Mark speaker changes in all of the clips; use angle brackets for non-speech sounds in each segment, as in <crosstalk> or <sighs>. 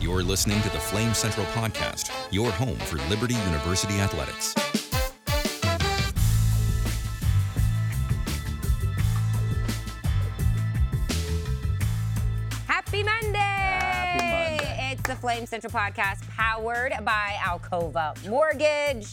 Speaker 1: You're listening to the Flame Central Podcast, your home for Liberty University athletics.
Speaker 2: Happy Monday!
Speaker 3: Happy Monday.
Speaker 2: It's the Flame Central Podcast powered by Alcova Mortgage.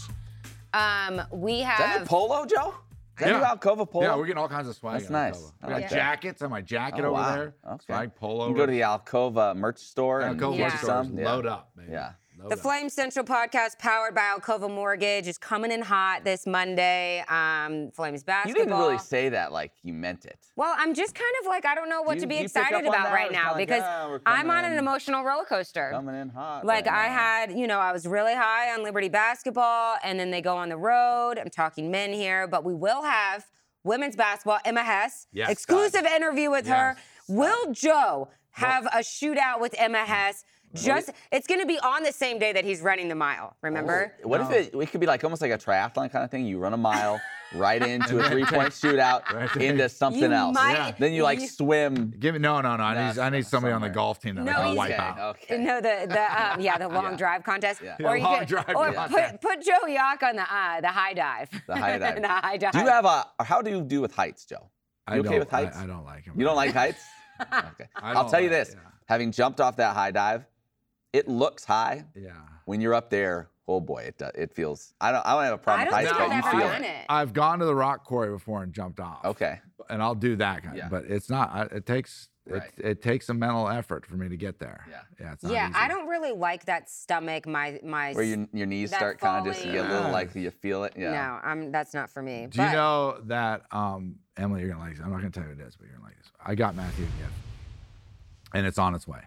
Speaker 2: Um, we
Speaker 3: Is that
Speaker 2: have
Speaker 3: a polo, Joe? Is that
Speaker 4: Yeah.
Speaker 3: a Alcova polo?
Speaker 4: Yeah, we're getting all kinds of swag.
Speaker 3: That's
Speaker 4: out
Speaker 3: nice.
Speaker 4: of Alcova.
Speaker 3: I
Speaker 4: We got
Speaker 2: like that.
Speaker 4: jackets. I have my jacket
Speaker 3: Oh,
Speaker 4: over
Speaker 3: wow.
Speaker 4: there.
Speaker 3: Okay.
Speaker 4: Swag polo.
Speaker 3: You can go to the Alcova merch store and
Speaker 4: Alcova
Speaker 2: Yeah.
Speaker 3: get
Speaker 4: stores.
Speaker 3: some. Yeah.
Speaker 4: Load up, man.
Speaker 3: Yeah.
Speaker 2: the Flame Central Podcast powered by Alcova Mortgage is coming in hot this Monday. Um, Flames basketball.
Speaker 3: You didn't really say that like you meant it.
Speaker 2: Well, I'm just kind of like I don't know what
Speaker 3: Do you-
Speaker 2: to be
Speaker 3: do you pick up
Speaker 2: excited
Speaker 3: on
Speaker 2: about
Speaker 3: that, or
Speaker 2: right
Speaker 3: it's
Speaker 2: now
Speaker 3: kinda like,
Speaker 2: because
Speaker 3: "Ah, we're
Speaker 2: I'm
Speaker 3: coming
Speaker 2: on an
Speaker 3: in-
Speaker 2: emotional roller coaster.
Speaker 3: Coming in hot.
Speaker 2: Like
Speaker 3: right
Speaker 2: I
Speaker 3: now.
Speaker 2: had, you know, I was really high on Liberty basketball, and then they go on the road. I'm talking men here, but we will have women's basketball. Emma Hess,
Speaker 4: Yes,
Speaker 2: exclusive interview with her.
Speaker 4: Yes.
Speaker 2: Will Joe have a shootout with Emma Hess? Just it's going to be on the same day that he's running the mile. Remember?
Speaker 3: What if it, it could be like almost like a triathlon kind of thing? You run a mile
Speaker 4: <laughs>
Speaker 3: right into a three-point shootout
Speaker 4: Right.
Speaker 3: into something
Speaker 2: You
Speaker 3: else.
Speaker 2: might-
Speaker 4: Yeah.
Speaker 3: Then you like
Speaker 2: you-
Speaker 3: swim.
Speaker 4: Give me no, no, no. I
Speaker 3: That's
Speaker 4: need, I need somebody on the
Speaker 3: somewhere.
Speaker 4: golf team that
Speaker 2: No,
Speaker 4: I can
Speaker 2: he's-
Speaker 4: wipe
Speaker 3: okay,
Speaker 4: out.
Speaker 3: Okay.
Speaker 2: No, the
Speaker 3: <laughs>
Speaker 2: the um, yeah the long
Speaker 3: Yeah.
Speaker 2: drive contest,
Speaker 3: Yeah.
Speaker 4: Yeah, long drive
Speaker 2: or put,
Speaker 4: contest.
Speaker 2: put Joe Yock on the uh, the high dive,
Speaker 3: The high
Speaker 2: <laughs>
Speaker 3: dive.
Speaker 2: the high dive.
Speaker 3: Do you have a? or How do you do with heights, Joe?
Speaker 4: I
Speaker 3: You okay
Speaker 4: don't-
Speaker 3: with heights?
Speaker 4: I, I don't like him.
Speaker 3: You don't
Speaker 2: <laughs>
Speaker 3: like heights? Okay. I'll
Speaker 4: I don't
Speaker 3: tell you
Speaker 4: like-
Speaker 3: this: having jumped off that high dive, it looks high,
Speaker 4: Yeah. yeah.
Speaker 3: when you're up there, oh boy, it do- it feels. I don't I don't have a problem with
Speaker 2: I
Speaker 3: heights,
Speaker 2: don't
Speaker 3: but
Speaker 2: think
Speaker 3: you
Speaker 2: I've ever
Speaker 3: feel
Speaker 2: done
Speaker 3: it.
Speaker 2: it.
Speaker 4: I've gone to the rock quarry before and jumped off.
Speaker 3: Okay,
Speaker 4: And I'll do that kind.
Speaker 3: Yeah.
Speaker 4: But it's not. I, it takes.
Speaker 3: Right.
Speaker 4: It, it takes a mental effort for me to get there.
Speaker 3: Yeah.
Speaker 4: Yeah. It's not
Speaker 2: Yeah, I
Speaker 4: easy.
Speaker 2: don't really like that stomach. My my.
Speaker 3: where your your knees
Speaker 2: That
Speaker 3: start kind of just you get a little
Speaker 4: falling.
Speaker 3: like you feel it. Yeah.
Speaker 2: No, I'm. That's not for me.
Speaker 4: Do
Speaker 2: but
Speaker 4: you know that um, Emily? You're gonna like this. I'm not gonna tell you what it is, but you're gonna like this. I got Matthew a gift, and it's on its way.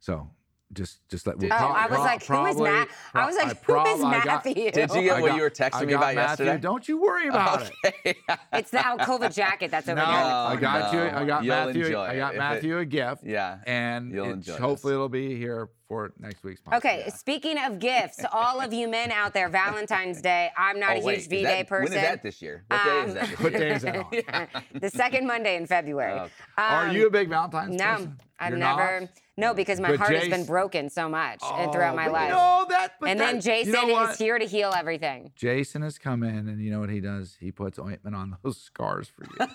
Speaker 4: So just, just let.
Speaker 2: Oh, I was like, who is Matt? I was like, who is Matthew?
Speaker 3: Did you get
Speaker 4: I
Speaker 3: what
Speaker 4: got-
Speaker 3: you were texting
Speaker 4: I
Speaker 3: me
Speaker 4: got
Speaker 3: about
Speaker 4: Matthew.
Speaker 3: yesterday?
Speaker 4: Don't you
Speaker 3: <laughs>
Speaker 4: worry about it.
Speaker 2: <laughs> It's the Alcova jacket that's
Speaker 4: No,
Speaker 2: over there. on the
Speaker 4: I
Speaker 2: corner.
Speaker 4: got you.
Speaker 3: no.
Speaker 4: I got
Speaker 3: You'll
Speaker 4: Matthew.
Speaker 3: enjoy
Speaker 4: I
Speaker 3: it.
Speaker 4: got
Speaker 3: If it-
Speaker 4: Matthew a gift.
Speaker 3: Yeah.
Speaker 4: And
Speaker 3: You'll
Speaker 4: it's-
Speaker 3: enjoy this.
Speaker 4: hopefully it'll be here for next week's podcast.
Speaker 2: Okay, speaking of
Speaker 4: <laughs>
Speaker 2: gifts, all of you men out there, Valentine's Day. I'm not
Speaker 3: Oh,
Speaker 2: a
Speaker 3: wait,
Speaker 2: huge
Speaker 3: is
Speaker 2: V
Speaker 3: that-
Speaker 2: Day person.
Speaker 3: When is that this year? What day is that? This year?
Speaker 4: What day
Speaker 2: <laughs>
Speaker 3: <laughs>
Speaker 4: is that on?
Speaker 2: the second Monday in February.
Speaker 3: Okay.
Speaker 4: Are
Speaker 2: Um,
Speaker 4: you a big Valentine's
Speaker 2: No,
Speaker 4: person?
Speaker 2: I've
Speaker 4: You're
Speaker 2: never.
Speaker 4: not?
Speaker 2: No, because my
Speaker 4: But
Speaker 2: heart has
Speaker 4: Jace-
Speaker 2: been broken so much and throughout
Speaker 4: Oh,
Speaker 2: my
Speaker 4: but
Speaker 2: life.
Speaker 4: No, that. But
Speaker 2: and
Speaker 4: that,
Speaker 2: then Jason
Speaker 4: you know what?
Speaker 2: is here to heal everything.
Speaker 4: Jason has come in, and you know what he does? He puts ointment on <laughs> those scars for you.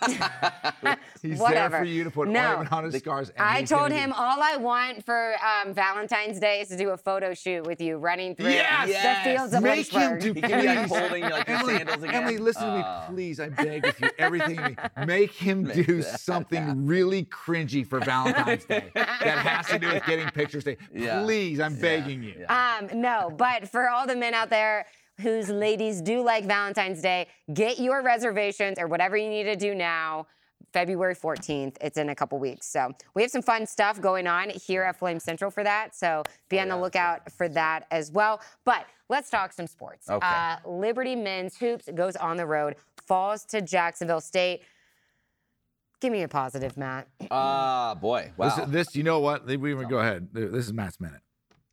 Speaker 2: <laughs>
Speaker 4: He's
Speaker 2: Whatever.
Speaker 4: there for you to put
Speaker 2: No.
Speaker 4: ointment on his scars. and
Speaker 2: I
Speaker 4: he's
Speaker 2: told
Speaker 4: gonna
Speaker 2: him
Speaker 4: be-
Speaker 2: all I want for um, Valentine's Day is to do a photo shoot with you running through
Speaker 4: Yes!
Speaker 2: the
Speaker 3: Yes!
Speaker 2: fields of
Speaker 4: Make him
Speaker 2: Lynchburg.
Speaker 4: do
Speaker 3: You're like
Speaker 4: please.
Speaker 3: holding like your
Speaker 4: Emily,
Speaker 3: sandals again.
Speaker 4: Emily, listen
Speaker 3: Oh.
Speaker 4: to me, please. I beg of you, everything.
Speaker 3: <laughs>
Speaker 4: in me. Make him
Speaker 3: Make
Speaker 4: do
Speaker 3: that
Speaker 4: something
Speaker 3: happen.
Speaker 4: really cringy for Valentine's Day that has to do
Speaker 3: <laughs>
Speaker 4: with getting pictures. Day.
Speaker 3: Yeah.
Speaker 4: Please, I'm begging you.
Speaker 3: yeah.
Speaker 2: Um, no, but for all the men out there whose ladies do like Valentine's Day, get your reservations or whatever you need to do now. February 14th. It's in a couple weeks. So we have some fun stuff going on here at Flame Central for that. So be
Speaker 3: Oh,
Speaker 2: on the lookout for that as well. But let's talk some sports.
Speaker 3: Okay.
Speaker 2: Uh, Liberty men's hoops goes on the road, falls to Jacksonville State. Give me a positive, Matt.
Speaker 3: Ah, boy. Wow.
Speaker 4: This, this, you know what? We even go ahead. This is Matt's minute.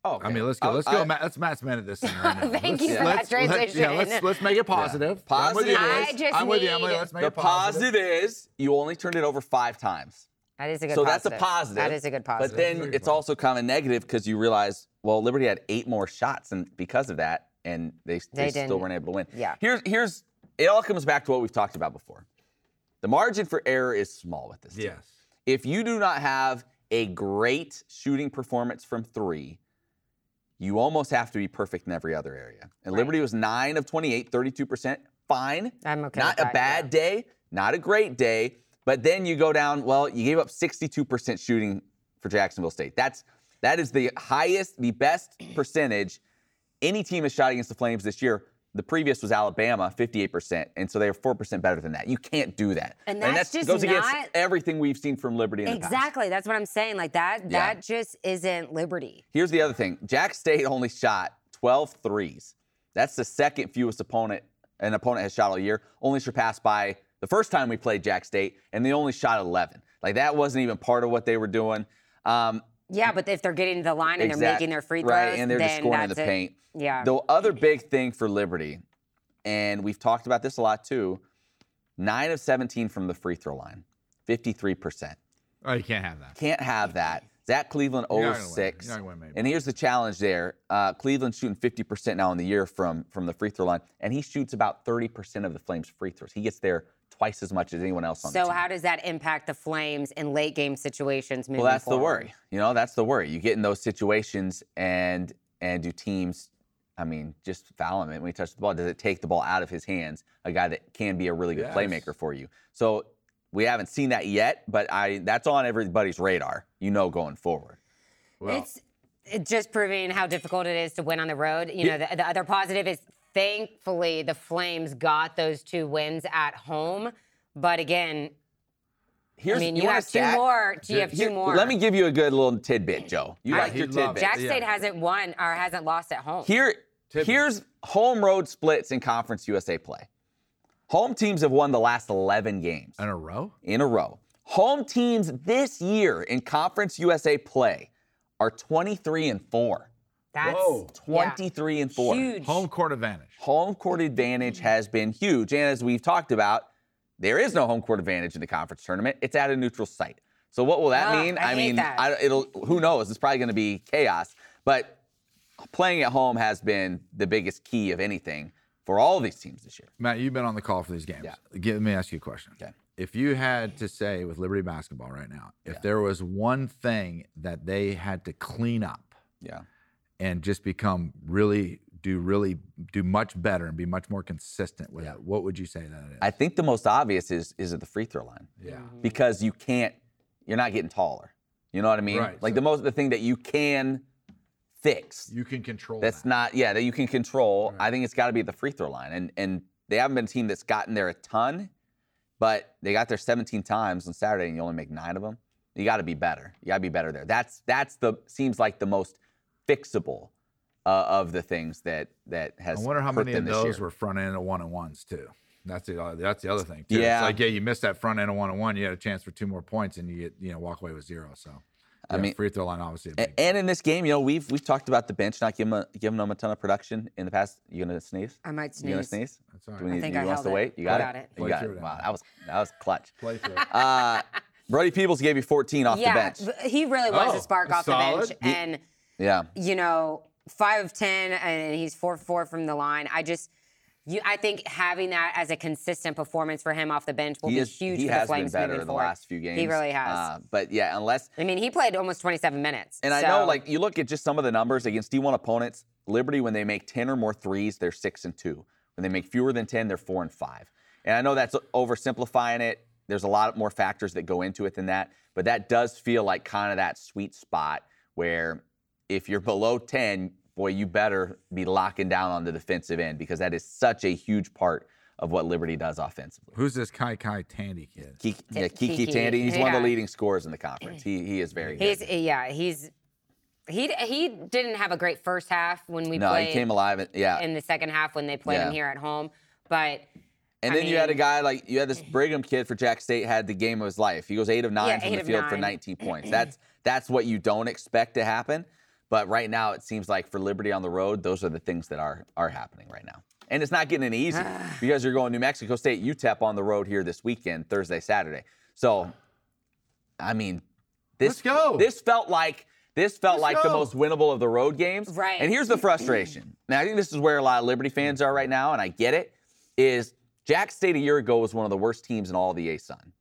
Speaker 3: oh,
Speaker 4: I mean, let's go.
Speaker 3: okay.
Speaker 4: Let's
Speaker 3: I-
Speaker 4: go.
Speaker 3: I-
Speaker 4: Matt, let's Matt's minute this thing
Speaker 3: <laughs>
Speaker 4: right now.
Speaker 2: Thank
Speaker 4: Let's-
Speaker 2: you for
Speaker 4: let's-
Speaker 2: that
Speaker 4: let's- yeah,
Speaker 2: transitive.
Speaker 4: let's, let's make it positive. I'm with you,
Speaker 3: Positive
Speaker 4: Liz.
Speaker 3: is- I
Speaker 2: just
Speaker 4: I'm with you, Emily.
Speaker 2: need-
Speaker 4: Let's make
Speaker 3: The
Speaker 4: it positive.
Speaker 3: positive is you only turned it over five times.
Speaker 2: That is a good
Speaker 3: so
Speaker 2: positive.
Speaker 3: that's a positive.
Speaker 2: That is a good positive.
Speaker 3: But then
Speaker 4: Very
Speaker 3: it's
Speaker 4: positive.
Speaker 3: also kind of negative because you realize, well, Liberty had eight more shots, and because of that, and they,
Speaker 2: They
Speaker 3: they, still
Speaker 2: didn't-
Speaker 3: weren't able to win.
Speaker 2: yeah.
Speaker 3: Here's here's it all comes back to what we've talked about before. The margin for error is small with this. team.
Speaker 4: Yes.
Speaker 3: If you do not have a great shooting performance from three, you almost have to be perfect in every other area. And Liberty was nine of 28, 32%. Fine.
Speaker 2: I'm okay
Speaker 3: Not
Speaker 2: with
Speaker 3: a
Speaker 2: that,
Speaker 3: bad day, not a great day. But then you go down, well, you gave up 62% shooting for Jacksonville State. That's that is the highest, the best
Speaker 2: <clears throat>
Speaker 3: percentage any team has shot against the Flames this year. The previous was Alabama, 58%, and so they are 4% better than that. You can't do that.
Speaker 2: And
Speaker 3: that
Speaker 2: that's just
Speaker 3: goes against
Speaker 2: not-
Speaker 3: everything we've seen from Liberty in the past.
Speaker 2: Exactly. That's what I'm saying. Like that
Speaker 3: Yeah.
Speaker 2: that just isn't liberty.
Speaker 3: Here's the other thing. Jack State only shot 12 threes. That's the second fewest opponent an opponent has shot all year, only surpassed by the first time we played Jack State, and they only shot 11. Like that wasn't even part of what they were doing. Um,
Speaker 2: Yeah, but if they're getting to the line and they're
Speaker 3: exact-
Speaker 2: making their free throws,
Speaker 3: right, and they're
Speaker 2: then
Speaker 3: just scoring in the
Speaker 2: that's it.
Speaker 3: paint.
Speaker 2: Yeah.
Speaker 3: The other big thing for Liberty, and we've talked about this a lot too, nine of 17 from the free throw line, 53%.
Speaker 4: Oh, you can't have that.
Speaker 3: Can't have that. at Cleveland
Speaker 4: You're not
Speaker 3: over
Speaker 4: gonna win.
Speaker 3: six.
Speaker 4: You're not gonna win,
Speaker 3: And here's the challenge there. Uh, Cleveland's shooting 50% now in the year from, from the free throw line, and he shoots about 30% of the Flames' free throws. He gets there twice as much as anyone else on the
Speaker 2: So
Speaker 3: team.
Speaker 2: how does that impact the Flames in late game situations? Moving
Speaker 3: well, that's the
Speaker 2: forward?
Speaker 3: worry. You know, that's the worry. You get in those situations, and and do teams, I mean, just foul him when he touches the ball? Does it take the ball out of his hands? A guy that can be a really good
Speaker 4: Yes.
Speaker 3: playmaker for you. So we haven't seen that yet, but I that's on everybody's radar. You know, going forward.
Speaker 4: Well,
Speaker 2: It's it just proving how difficult it is to win on the road. You know, the, the other positive is thankfully the Flames got those two wins at home. But again,
Speaker 3: Here's,
Speaker 2: I mean, you,
Speaker 3: want a
Speaker 2: have two
Speaker 3: stat?
Speaker 2: more. You have
Speaker 3: Here-
Speaker 2: two more.
Speaker 3: Let me give you a good little tidbit, Joe. You
Speaker 2: I-
Speaker 3: like
Speaker 2: He
Speaker 3: your
Speaker 4: loves
Speaker 3: tidbit.
Speaker 2: Jack
Speaker 4: Yeah.
Speaker 2: State hasn't won or hasn't lost at home.
Speaker 3: Here,
Speaker 4: Tidbit.
Speaker 3: here's home road splits in Conference USA play. Home teams have won the last 11 games
Speaker 4: in a row.
Speaker 3: in a row. Home teams this year in Conference USA play are 23 and 4.
Speaker 2: That's
Speaker 4: Whoa.
Speaker 2: yeah,
Speaker 3: 23 and 4.
Speaker 2: huge.
Speaker 4: Home court advantage.
Speaker 3: Home court advantage has been huge. And as we've talked about, there is no home court advantage in the conference tournament. It's at a neutral site. So what will that
Speaker 2: Ah,
Speaker 3: mean?
Speaker 2: I hate
Speaker 3: mean,
Speaker 2: that.
Speaker 3: I, it'll who knows? It's probably going to be chaos. But playing at home has been the biggest key of anything for all these teams this year.
Speaker 4: Matt, you've been on the call for these games. Give, let me ask you a question.
Speaker 3: Okay.
Speaker 4: If you had to say with Liberty basketball right now, if there was one thing that they had to clean up
Speaker 3: Yeah.
Speaker 4: and just become really do really do much better and be much more consistent with it, what would you say that is?
Speaker 3: I think the most obvious is is at the free throw line.
Speaker 4: yeah.
Speaker 2: Mm-hmm.
Speaker 3: because you can't you're not getting taller you know what i mean
Speaker 4: Right,
Speaker 3: like
Speaker 4: so-
Speaker 3: the most the thing that you can fix
Speaker 4: You can control
Speaker 3: that's
Speaker 4: that.
Speaker 3: not yeah that you can control i think it's got to be at the free throw line and and they haven't been a team that's gotten there a ton but they got there 17 times on saturday and you only make nine of them you got to be better you got to be better there that's that's the seems like the most fixable uh, of the things that that has
Speaker 4: I wonder how
Speaker 3: hurt
Speaker 4: many
Speaker 3: them
Speaker 4: of
Speaker 3: this
Speaker 4: those
Speaker 3: year.
Speaker 4: were front end of one and ones too. That's the other- that's the other thing too.
Speaker 3: Yeah.
Speaker 4: It's like yeah, you missed that front end of one and one, you had a chance for two more points, and you get you know walk away with zero. So
Speaker 3: I
Speaker 4: yeah,
Speaker 3: mean-
Speaker 4: free throw line obviously. A
Speaker 3: A-
Speaker 4: big,
Speaker 3: and in this game, you know, we've we've talked about the bench not giving, a, giving them a ton of production in the past. You gonna sneeze?
Speaker 2: I might
Speaker 3: You gonna
Speaker 2: sneeze.
Speaker 3: sneeze?
Speaker 4: that's all
Speaker 3: Do we
Speaker 4: right.
Speaker 3: need,
Speaker 2: think
Speaker 3: you
Speaker 2: I
Speaker 3: want us
Speaker 2: held
Speaker 3: to
Speaker 2: it.
Speaker 3: wait? You
Speaker 2: I
Speaker 3: got,
Speaker 2: got
Speaker 3: it.
Speaker 2: it.
Speaker 3: You
Speaker 4: Play
Speaker 3: got
Speaker 4: through
Speaker 3: it.
Speaker 4: it.
Speaker 3: Wow, that was that was clutch.
Speaker 4: Play through. it.
Speaker 3: Uh, Brody Peebles gave you 14 off
Speaker 2: yeah,
Speaker 3: the bench.
Speaker 2: but he really was
Speaker 4: Oh,
Speaker 2: a spark off
Speaker 4: solid.
Speaker 2: the bench, and
Speaker 3: Yeah,
Speaker 2: you know, five of ten, and he's four for four from the line. I just, you, I think having that as a consistent performance for him off the bench will
Speaker 3: he
Speaker 2: be
Speaker 3: is.
Speaker 2: huge
Speaker 3: he
Speaker 2: for the
Speaker 3: has been
Speaker 2: Flames
Speaker 3: better
Speaker 2: moving
Speaker 3: the
Speaker 2: forward.
Speaker 3: last few games.
Speaker 2: He really has.
Speaker 3: Uh, but yeah, unless
Speaker 2: I mean, he played almost 27 minutes.
Speaker 3: and I
Speaker 2: so-
Speaker 3: know like you look at just some of the numbers against D1 opponents. Liberty, when they make 10 or more threes, they're six and two. When they make fewer than 10, they're four and five. And I know that's oversimplifying it. There's a lot more factors that go into it than that, but that does feel like kind of that sweet spot where if you're below 10, boy, you better be locking down on the defensive end because that is such a huge part of what Liberty does offensively.
Speaker 4: Who's this Kai Kai Tandy kid?
Speaker 3: Kiki, yeah, Kiki,
Speaker 2: Kiki,
Speaker 3: Tandy, he's one of
Speaker 2: yeah.
Speaker 3: the leading scorers in the conference. He, he is very
Speaker 2: he's
Speaker 3: good.
Speaker 2: yeah, he's he he didn't have a great first half when we
Speaker 3: No,
Speaker 2: played
Speaker 3: he came alive. And, yeah,
Speaker 2: in the second half when they played him
Speaker 3: Yeah.
Speaker 2: here at home, but
Speaker 3: And
Speaker 2: I
Speaker 3: then you had a
Speaker 2: mean-
Speaker 3: guy like you had this Brigham kid for Jack State had the game of his life. He goes eight of nine
Speaker 2: Yeah,
Speaker 3: from
Speaker 2: eight
Speaker 3: the
Speaker 2: of
Speaker 3: field for
Speaker 2: nine.
Speaker 3: 19
Speaker 2: <clears throat>
Speaker 3: points. That's that's what you don't expect to happen. But right now, it seems like for Liberty on the road, those are the things that are are happening right now. And it's not getting any
Speaker 2: <sighs>
Speaker 3: easier because you're going New Mexico State, UTEP on the road here this weekend, Thursday, Saturday. So, I mean, this
Speaker 4: Let's go.
Speaker 3: This felt like this felt
Speaker 4: Let's
Speaker 3: like the
Speaker 4: go.
Speaker 3: most winnable of the road games.
Speaker 2: Right.
Speaker 3: And here's the frustration. Now I think this is where a lot of Liberty fans are right now, and I get it. Is Jack State a year ago was one of the worst teams in all of the ASUN,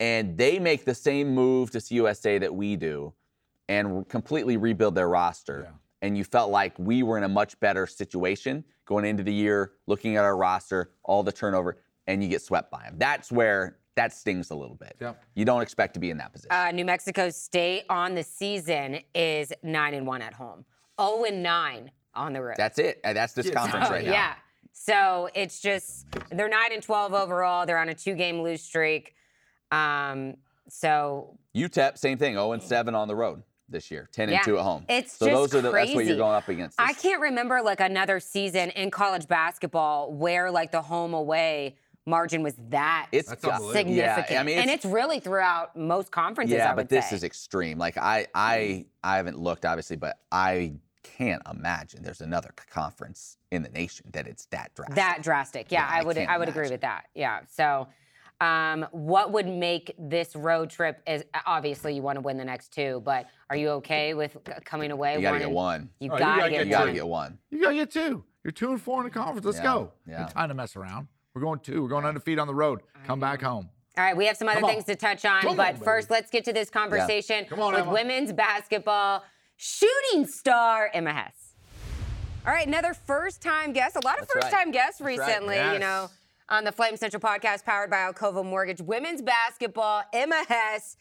Speaker 3: and they make the same move to CUSA that we do, and completely rebuild their roster.
Speaker 4: Yeah.
Speaker 3: And you felt like we were in a much better situation going into the year, looking at our roster, all the turnover, and you get swept by them. That's where that stings a little bit.
Speaker 4: Yep.
Speaker 3: You don't expect to be in that position.
Speaker 2: uh, New Mexico State on the season is 9 and 1 at home. 0 and 9 on the road. <laughs>
Speaker 3: That's it. Uh, That's this conference
Speaker 2: So,
Speaker 3: right now.
Speaker 2: yeah. So it's just they're 9 and 12 overall. They're on a two-game lose streak. Um so
Speaker 3: UTEP, E same thing. 0 and 7 on the road this year. 10
Speaker 2: Mm. Yeah.
Speaker 3: and 2 at home.
Speaker 2: It's
Speaker 3: so
Speaker 2: just
Speaker 3: those are the, that's what you're
Speaker 2: crazy.
Speaker 3: going up against.
Speaker 2: I
Speaker 3: this-
Speaker 2: can't remember like another season in college basketball where like the home away margin was that
Speaker 3: It's
Speaker 4: That's
Speaker 3: got-
Speaker 4: unbelievable.
Speaker 2: significant.
Speaker 3: Yeah, I mean,
Speaker 2: and it's really throughout most conferences.
Speaker 3: yeah,
Speaker 2: I would
Speaker 3: but this
Speaker 2: say. Mm.
Speaker 3: is extreme. Like I, I, I haven't looked obviously, but I can't imagine there's another c- conference in the nation that it's that drastic.
Speaker 2: that drastic. Yeah,
Speaker 3: Yeah, I
Speaker 2: I would I,
Speaker 3: can't
Speaker 2: would agree
Speaker 3: imagine.
Speaker 2: with that. Yeah, so Um, what would make this road trip? Is uh, obviously you want to win the next two, but are you okay with c- coming away?
Speaker 3: You gotta get
Speaker 2: wanting-
Speaker 3: one.
Speaker 2: You
Speaker 4: Oh, you
Speaker 2: gotta
Speaker 4: gotta
Speaker 2: get
Speaker 3: You
Speaker 4: get
Speaker 2: one.
Speaker 3: gotta get one.
Speaker 4: You gotta get two. You're two and four in the conference. Let's
Speaker 3: Yeah,
Speaker 4: go.
Speaker 3: yeah.
Speaker 4: Ain't time to mess around. We're going two. We're going undefeated on the road. Come back home.
Speaker 2: All right, we have some other
Speaker 4: Come on.
Speaker 2: things to touch on,
Speaker 4: Come
Speaker 2: but
Speaker 4: on, baby.
Speaker 2: first let's get to this conversation
Speaker 4: Come on,
Speaker 2: with
Speaker 4: Emma.
Speaker 2: women's basketball shooting star Emma Hess. All right, another first-time guest. A lot of
Speaker 3: That's right.
Speaker 2: first-time guests
Speaker 3: That's right.
Speaker 2: recently, you
Speaker 4: Yes.
Speaker 2: know, on the Flame Central podcast powered by Alcova Mortgage. Women's basketball, Emma Hess.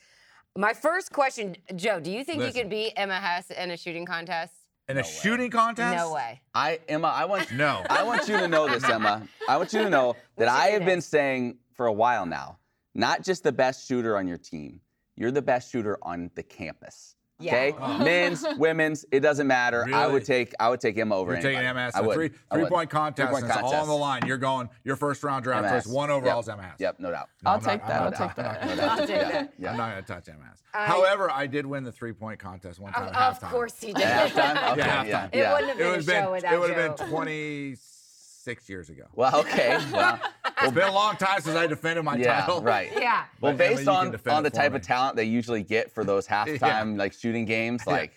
Speaker 2: My first question, Joe, do you think you
Speaker 4: Listen.
Speaker 2: could beat Emma Hess in a shooting contest?
Speaker 4: In a shooting contest?
Speaker 2: No way.
Speaker 3: I Emma, I want
Speaker 4: No.
Speaker 3: I want you to know this, Emma. I want you to know that I have
Speaker 2: it?
Speaker 3: been saying for a while now, not just the best shooter on your team, you're the best shooter on the campus. Okay?
Speaker 4: Yeah.
Speaker 3: Men's, women's, it doesn't matter. I
Speaker 4: Really?
Speaker 3: would take I would take Emma over
Speaker 4: You're taking
Speaker 3: anybody.
Speaker 4: MS.
Speaker 3: I
Speaker 4: a
Speaker 3: would.
Speaker 4: Three
Speaker 3: I would.
Speaker 4: three point contest.
Speaker 3: Three-point
Speaker 4: It's all
Speaker 3: contest.
Speaker 4: on the line. You're going your first round draft
Speaker 3: MS.
Speaker 4: choice. One overall's
Speaker 3: yep.
Speaker 4: MS.
Speaker 3: Yep, no doubt.
Speaker 4: No,
Speaker 5: I'll
Speaker 4: I'm not-
Speaker 5: take
Speaker 4: I'm
Speaker 5: that.
Speaker 4: not-
Speaker 5: I'll take
Speaker 4: I'm not
Speaker 5: that.
Speaker 4: gonna-
Speaker 3: I'll take
Speaker 4: yeah,
Speaker 3: that.
Speaker 4: I'm not going to touch MS.
Speaker 2: I-
Speaker 4: However, I did win the three point contest one time.
Speaker 2: Of,
Speaker 4: at
Speaker 2: of
Speaker 4: halftime.
Speaker 2: course he did. <laughs>
Speaker 3: At halftime? Okay, yeah.
Speaker 4: Yeah, halftime.
Speaker 2: It
Speaker 3: yeah.
Speaker 2: wouldn't have been
Speaker 4: It would
Speaker 2: a
Speaker 4: have
Speaker 2: show
Speaker 4: been,
Speaker 2: without
Speaker 4: it would have
Speaker 2: Joe. <laughs>
Speaker 4: been 26 years ago.
Speaker 3: Well, okay. Well,
Speaker 4: <laughs> It's been a long time since I defended my
Speaker 3: yeah,
Speaker 4: title. <laughs>
Speaker 3: right.
Speaker 2: Yeah.
Speaker 3: Well,
Speaker 4: But Emma,
Speaker 3: based
Speaker 4: you can
Speaker 3: on,
Speaker 4: defend
Speaker 3: on
Speaker 4: it
Speaker 3: the
Speaker 4: for
Speaker 3: type
Speaker 4: me.
Speaker 3: of talent they usually get for
Speaker 4: <laughs>
Speaker 3: those halftime like shooting games, like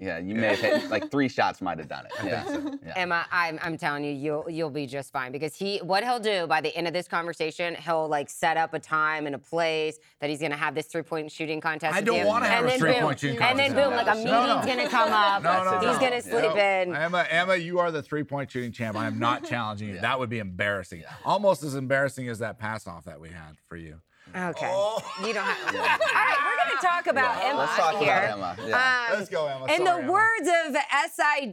Speaker 3: yeah, you may have
Speaker 4: <laughs>
Speaker 3: hit like three shots might have done it. Yeah. yeah.
Speaker 2: Emma, I'm, I'm telling you, you'll you'll be just fine because he what he'll do by the end of this conversation, he'll like set up a time and a place that he's gonna have this three point shooting contest.
Speaker 4: I
Speaker 2: with
Speaker 4: don't
Speaker 2: you.
Speaker 4: wanna have
Speaker 2: And
Speaker 4: a
Speaker 2: then
Speaker 4: three-point
Speaker 2: boom,
Speaker 4: shooting
Speaker 2: And then
Speaker 4: contest.
Speaker 2: boom, like a meeting's
Speaker 3: No,
Speaker 4: no.
Speaker 2: gonna
Speaker 4: <laughs>
Speaker 2: come up.
Speaker 4: No, no,
Speaker 2: he's
Speaker 4: no.
Speaker 2: gonna
Speaker 4: No.
Speaker 2: sleep in.
Speaker 4: Emma, Emma, you are the three-point shooting champ. I
Speaker 2: <laughs>
Speaker 4: am not challenging you. That would be embarrassing. Almost as embarrassing as that pass-off that we had for you.
Speaker 2: Okay.
Speaker 4: Oh.
Speaker 2: You don't have.
Speaker 4: <laughs>
Speaker 2: All right, we're gonna talk about
Speaker 3: Yeah.
Speaker 2: Emma
Speaker 3: Let's talk
Speaker 2: here.
Speaker 3: about Emma. Yeah.
Speaker 2: Um,
Speaker 4: Let's go, Emma.
Speaker 2: In
Speaker 4: Sorry,
Speaker 2: the
Speaker 4: Emma.
Speaker 2: words of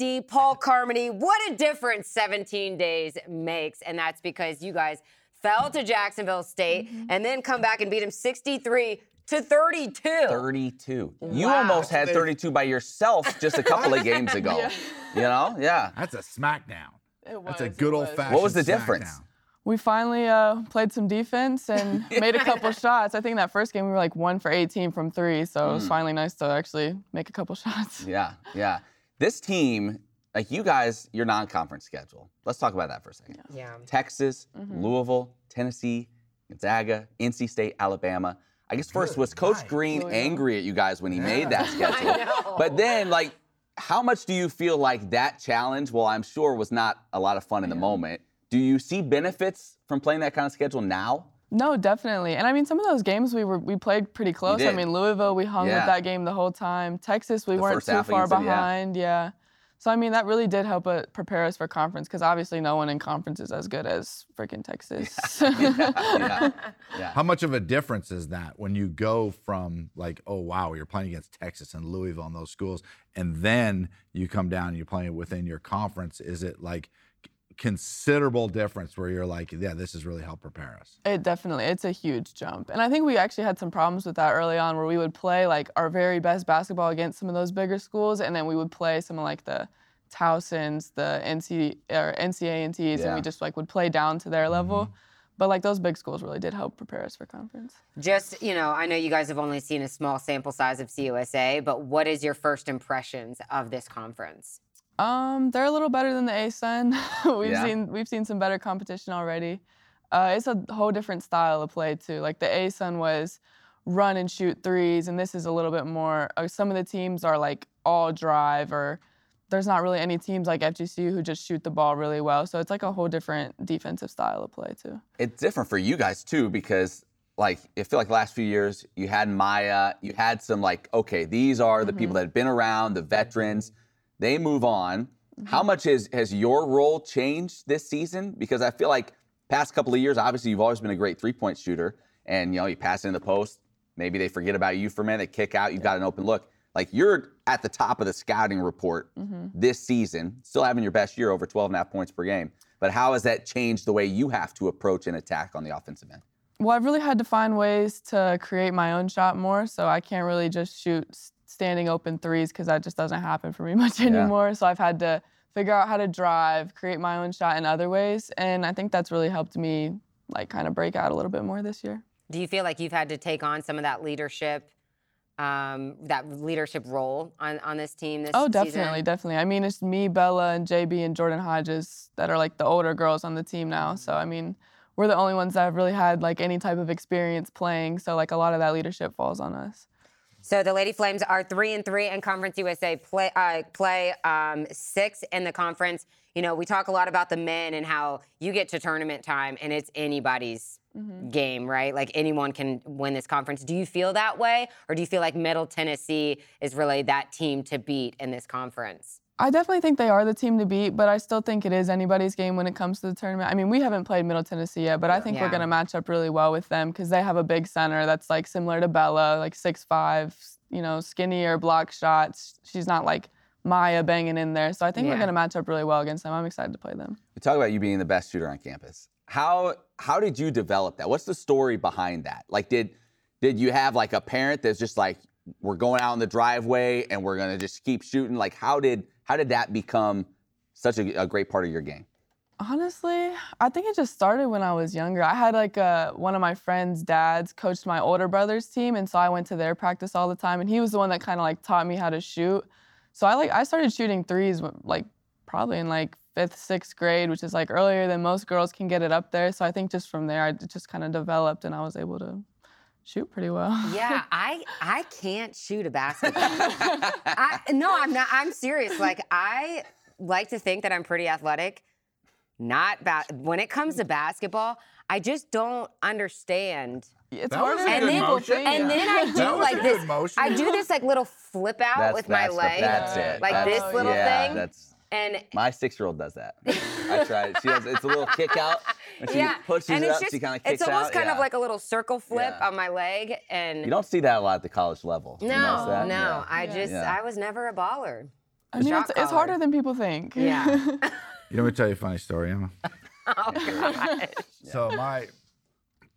Speaker 2: SID Paul Carmody, what a difference 17 days makes. And that's because you guys fell to Jacksonville State
Speaker 4: Mm-hmm.
Speaker 2: and then come back and beat them 63 to 32.
Speaker 3: 32. You almost had 32 by yourself just a couple of
Speaker 2: <laughs>
Speaker 3: games ago. You know? Yeah.
Speaker 4: That's a smackdown.
Speaker 5: It
Speaker 4: That's a
Speaker 5: was,
Speaker 4: good
Speaker 5: it was.
Speaker 4: old-fashioned
Speaker 3: What was the difference?
Speaker 4: smackdown.
Speaker 5: We finally uh, played some defense <laughs> and made a couple shots. I think that first game we were like one for 18 from three, so it was finally nice to actually make a couple <laughs> shots.
Speaker 3: Mm. Yeah. Yeah. This team, like you guys, your non conference schedule. Let's talk about that for a second.
Speaker 2: Yeah.
Speaker 3: Texas, Louisville, Tennessee, Gonzaga, NC State, Alabama. I guess first was Coach Green angry at you guys when he made that schedule. But then, like, how much do you feel like that challenge? Well, I'm sure was not a lot of fun in the moment. Do you see benefits from playing that kind of schedule now?
Speaker 5: No, definitely. And I mean, some of those games we were we played pretty close. I
Speaker 3: did.
Speaker 5: mean, Louisville, we hung
Speaker 3: Yeah.
Speaker 5: with that game the whole time. Texas, we
Speaker 3: The
Speaker 5: weren't
Speaker 3: first
Speaker 5: too
Speaker 3: half
Speaker 5: far
Speaker 3: against them, yeah.
Speaker 5: behind. Yeah. So I mean, that really did help uh, prepare us for conference because obviously no one in conference is as good as freaking Texas.
Speaker 3: <laughs> Uh, yeah.
Speaker 4: How much of a difference is that when you go from like, oh wow, you're playing against Texas and Louisville and those schools, and then you come down and you're playing within your conference? Is it like considerable difference where you're like, yeah, this has really helped prepare us?
Speaker 5: It definitely, it's a huge jump. And I think we actually had some problems with that early on where we would play like our very best basketball against some of those bigger schools and then we would play some of like the Towsons, the NC or NCANTs, and
Speaker 3: Yeah.
Speaker 5: we just like would play down to their level. But like those big schools really did help prepare us for conference.
Speaker 2: Just, you know, I know you guys have only seen a small sample size of CUSA, but what is your first impressions of this conference?
Speaker 5: Um, they're a little better than the ASUN. <laughs> we've
Speaker 3: Yeah.
Speaker 5: seen we've seen some better competition already. Uh, it's a whole different style of play too. Like the ASUN was run and shoot threes, and this is a little bit more. Uh, some of the teams are like all drive, or there's not really any teams like FGCU who just shoot the ball really well. So it's like a whole different defensive style of play too.
Speaker 3: It's different for you guys too because like I feel like the last few years you had Maya, you had some like okay, these are the people that have been around, the veterans. They move on. How much is has your role changed this season? Because I feel like past couple of years, obviously you've always been a great three point shooter, and you know you pass it in the post. Maybe they forget about you for a minute, kick out. You've got an open look. Like you're at the top of the scouting report
Speaker 5: Mm-hmm.
Speaker 3: this season, still having your best year over 12 and a half points per game. But how has that changed the way you have to approach an attack on the offensive end?
Speaker 5: Well, I've really had to find ways to create my own shot more. So I can't really just shoot s- standing open threes because that just doesn't happen for me <laughs> much anymore. So I've had to figure out how to drive, create my own shot in other ways. And I think that's really helped me like kind of break out a little bit more this year.
Speaker 2: Do you feel like you've had to take on some of that leadership, um, that leadership role on, on this team this
Speaker 5: Oh,
Speaker 2: season?
Speaker 5: definitely, definitely. I mean, it's me, Bella, and JB, and Jordan Hodges that are like the older girls on the team now. So I mean, we're the only ones that have really had like any type of experience playing. So like a lot of that leadership falls on us.
Speaker 2: So the Lady Flames are three and three, and Conference USA play uh, play um, six in the conference. You know, we talk a lot about the men and how you get to tournament time, and it's anybody's game, right? Like anyone can win this conference. Do you feel that way, or do you feel like Middle Tennessee is really that team to beat in this conference?
Speaker 5: I definitely think they are the team to beat, but I still think it is anybody's game when it comes to the tournament. I mean, we haven't played Middle Tennessee yet, but I think
Speaker 2: Yeah.
Speaker 5: we're going to match up really well with them because they have a big center that's like similar to Bella, like six five, you know, skinnier block shots. She's not like Maya banging in there, so I think
Speaker 2: Yeah.
Speaker 5: we're going to match up really well against them. I'm excited to play them.
Speaker 3: We talk about you being the best shooter on campus. How how did you develop that? What's the story behind that? Like did did you have like a parent that's just like we're going out in the driveway and we're gonna just keep shooting? Like how did how did that become such a, a great part of your game?
Speaker 5: Honestly, I think it just started when I was younger. I had like a, one of my friends' dads coached my older brother's team, and so I went to their practice all the time. And he was the one that kind of like taught me how to shoot. So I like I started shooting threes when- like probably in like fifth, sixth grade, which is like earlier than most girls can get it up there. So I think just from there, I d- just kind of developed, and I was able to shoot pretty well.
Speaker 4: <laughs>
Speaker 2: Yeah, I I can't shoot a basketball.
Speaker 4: <laughs>
Speaker 2: I, no, I'm not. I'm serious. Like I like to think that I'm pretty athletic. Not ba- when it comes to basketball, I just don't understand.
Speaker 5: <laughs> It's
Speaker 4: That
Speaker 5: harder
Speaker 4: was a
Speaker 5: than
Speaker 2: good
Speaker 5: people
Speaker 4: motion.
Speaker 5: think.
Speaker 2: And
Speaker 5: <laughs>
Speaker 2: then I
Speaker 4: <laughs> That
Speaker 2: do
Speaker 4: was a
Speaker 2: like
Speaker 4: good
Speaker 2: this.
Speaker 4: motion.
Speaker 2: I do this like little flip out with my
Speaker 3: the-
Speaker 2: leg,
Speaker 3: that's it.
Speaker 2: like
Speaker 3: That's-
Speaker 2: this little
Speaker 3: yeah,
Speaker 2: thing,
Speaker 3: That's
Speaker 2: and
Speaker 3: my six year old does that. I tried. She has it's a little kick out. When she
Speaker 2: yeah,
Speaker 3: pushes
Speaker 2: and
Speaker 3: it
Speaker 2: it's
Speaker 3: up,
Speaker 2: just
Speaker 3: she kind of
Speaker 2: it's
Speaker 3: kicks
Speaker 2: almost
Speaker 3: out.
Speaker 2: kind
Speaker 3: yeah.
Speaker 2: of like a little circle flip
Speaker 3: Yeah.
Speaker 2: on my leg, and
Speaker 3: you don't see that a lot at the college level. You
Speaker 2: no,
Speaker 3: notice that?
Speaker 2: no,
Speaker 3: Yeah.
Speaker 2: I
Speaker 5: Yeah.
Speaker 2: just
Speaker 3: Yeah.
Speaker 2: I was never a baller.
Speaker 5: I mean,
Speaker 2: Shot
Speaker 5: it's, it's
Speaker 2: collar.
Speaker 5: harder than people think.
Speaker 2: Yeah.
Speaker 4: You know, let me tell you a funny story, Emma.
Speaker 2: Oh <laughs> god.
Speaker 4: So my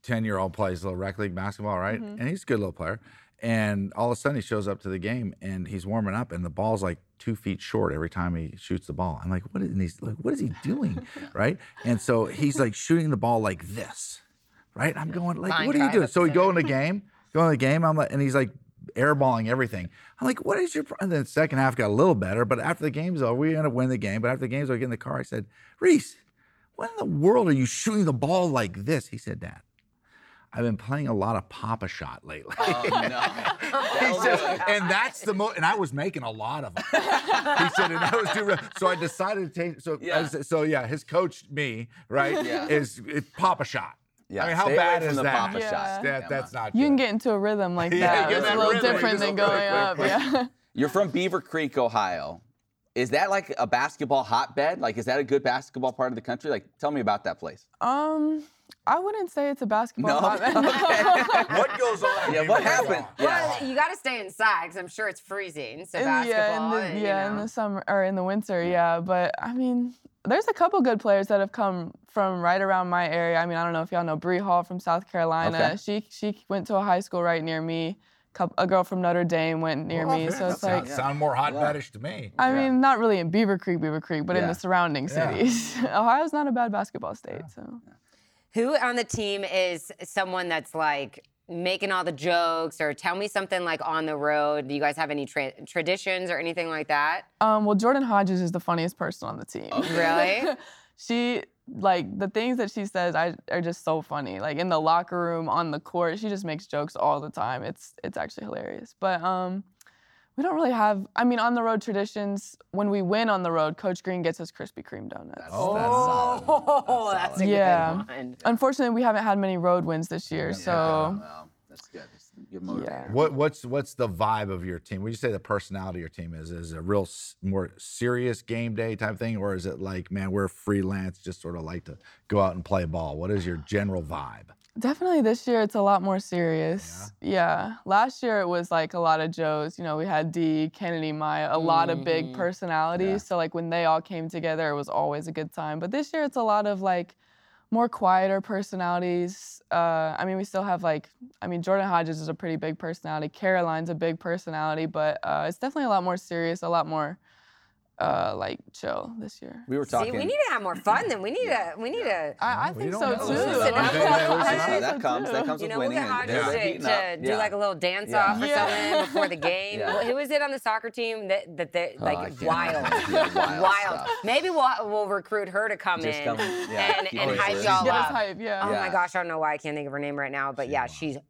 Speaker 4: ten-year-old plays a little rec league basketball, right?
Speaker 2: Mm-hmm.
Speaker 4: And he's a good little player. And all of a sudden, he shows up to the game, and he's warming up, and the ball's like two feet short every time he shoots the ball. I'm like, what is? And he's like, what is he
Speaker 2: <laughs>
Speaker 4: doing, right? And so he's like shooting the ball like this, right? I'm going like,
Speaker 2: Fine
Speaker 4: what are you
Speaker 2: guy.
Speaker 4: doing? So we go in the game, go in the game. I'm like, and he's like airballing everything. I'm like, what is your? pro-" And then the second half got a little better, but after the game's over, we end up winning the game. But after the game's over, I get in the car. I said, Reese, what in the world are you shooting the ball like this? He said, Dad, I've been playing a lot of Papa Shot
Speaker 3: <laughs>
Speaker 4: lately. <laughs>
Speaker 2: <laughs> Oh,
Speaker 4: he says, and that's the most, and I was making a lot of them. he said, and I was doing, so I decided to take, so,
Speaker 3: Yeah.
Speaker 4: I said- so yeah, his coach, me, right,
Speaker 3: Yeah.
Speaker 4: is, is Papa Shot.
Speaker 3: Yeah,
Speaker 4: I mean, how
Speaker 3: stay away
Speaker 4: bad
Speaker 3: from
Speaker 4: is
Speaker 3: the
Speaker 4: that?
Speaker 3: Papa
Speaker 4: That-
Speaker 5: Shot.
Speaker 3: Yeah.
Speaker 4: that's not
Speaker 5: You can
Speaker 4: good.
Speaker 5: get into a rhythm like
Speaker 4: Yeah,
Speaker 5: that.
Speaker 4: you
Speaker 5: It's
Speaker 4: get
Speaker 5: a
Speaker 4: that
Speaker 5: little
Speaker 4: rhythm, it
Speaker 5: different
Speaker 4: goes
Speaker 5: than
Speaker 4: up
Speaker 5: going
Speaker 4: really
Speaker 5: up.
Speaker 4: quick,
Speaker 5: Yeah. <laughs>
Speaker 3: You're from Beaver Creek, Ohio. Is that like a basketball hotbed? Like, is that a good basketball part of the country? Like, tell me about that place.
Speaker 5: Um, I wouldn't say it's a basketball. <laughs>
Speaker 3: No?
Speaker 5: hotbed.
Speaker 4: What goes on?
Speaker 5: <laughs>
Speaker 3: Yeah,
Speaker 4: in
Speaker 3: what
Speaker 4: the
Speaker 3: happened?
Speaker 4: ball?
Speaker 3: Yeah.
Speaker 2: Well, you got to stay inside because I'm sure it's freezing. So
Speaker 5: In the-
Speaker 2: basketball,
Speaker 5: yeah, in
Speaker 2: and,
Speaker 5: the,
Speaker 2: you
Speaker 5: yeah, in
Speaker 2: know.
Speaker 5: the summer or in the winter, yeah. But I mean, there's a couple good players that have come from right around my area. I mean, I don't know if y'all know Bree Hall from South Carolina.
Speaker 3: Okay.
Speaker 5: She she went to a high school right near me. Coup- A girl from Notre Dame went near
Speaker 4: Oh,
Speaker 5: me, so it's like.
Speaker 4: sound, sound more hot
Speaker 3: Yeah.
Speaker 4: baddish to me.
Speaker 5: I
Speaker 3: Yeah.
Speaker 5: mean, not really in Beaver Creek, Beaver Creek, but in
Speaker 3: Yeah.
Speaker 5: the surrounding
Speaker 4: Yeah.
Speaker 5: cities. <laughs> Ohio's not a bad basketball state, so.
Speaker 2: Who on the team is someone that's like making all the jokes or tell me something like on the road? Do you guys have any tra- traditions or anything like that?
Speaker 5: Um, well, Jordan Hodges is the funniest person on the team.
Speaker 2: Really?
Speaker 5: <laughs> she like the things that she says I, are just so funny. Like in the locker room, on the court, she just makes jokes all the time. It's it's actually hilarious. But um, we don't really have. I mean, on the road traditions. When we win on the road, Coach Green gets us Krispy Kreme donuts.
Speaker 3: Oh, that's solid.
Speaker 2: Oh, that's, a
Speaker 5: Yeah.
Speaker 2: good one.
Speaker 5: Unfortunately, we haven't had many road wins this year, so
Speaker 3: Well, that's good. It's a good motivator.
Speaker 5: Yeah.
Speaker 4: What what's what's the vibe of your team? Would you say the personality of your team is is it a real s- more serious game day type thing, or is it like man we're freelance, just sort of like to go out and play ball? What is your general vibe?
Speaker 5: Definitely this year it's a lot more serious. Yeah. Last year it was like a lot of Joes. You know, we had D, Kennedy, Maya, a lot of big personalities. So like when they all came together, it was always a good time. But this year it's a lot of like more quieter personalities. Uh, I mean, we still have like, I mean, Jordan Hodges is a pretty big personality. Caroline's a big personality, but uh, it's definitely a lot more serious, a lot more uh, like chill this year.
Speaker 3: We were
Speaker 2: See,
Speaker 3: talking.
Speaker 2: we need to have more fun than we need to. We need to.
Speaker 5: I, I
Speaker 4: No, we
Speaker 5: think
Speaker 4: don't
Speaker 5: so
Speaker 4: know.
Speaker 5: too.
Speaker 2: Listen,
Speaker 5: <laughs> I
Speaker 2: I'm
Speaker 5: think
Speaker 2: gonna-
Speaker 5: so
Speaker 2: I think
Speaker 3: that comes- that
Speaker 5: too.
Speaker 3: comes-
Speaker 2: You know,
Speaker 3: with
Speaker 2: we'll get
Speaker 3: winning and-
Speaker 2: Hodges
Speaker 3: yeah.
Speaker 2: to,
Speaker 3: Heating up,
Speaker 2: to do
Speaker 3: yeah.
Speaker 2: like a little dance
Speaker 3: Yeah.
Speaker 2: off or
Speaker 5: Yeah.
Speaker 2: something before the game.
Speaker 3: Yeah.
Speaker 2: Who- Who is it on the soccer team that that they
Speaker 3: Oh, I
Speaker 2: like
Speaker 3: can't
Speaker 2: wild,
Speaker 3: remember. Yeah,
Speaker 2: <laughs>
Speaker 3: wild
Speaker 2: wild?
Speaker 3: stuff.
Speaker 2: Maybe we'll we'll recruit her to come
Speaker 3: Just
Speaker 2: in
Speaker 3: come- yeah,
Speaker 2: and
Speaker 3: keep
Speaker 2: and
Speaker 4: it
Speaker 2: hype
Speaker 4: clear.
Speaker 2: y'all
Speaker 5: Get us
Speaker 2: up.
Speaker 5: hype, yeah.
Speaker 2: Oh my
Speaker 3: Yeah.
Speaker 2: gosh, I don't know why I can't think of her name right now, but
Speaker 4: She's
Speaker 2: yeah,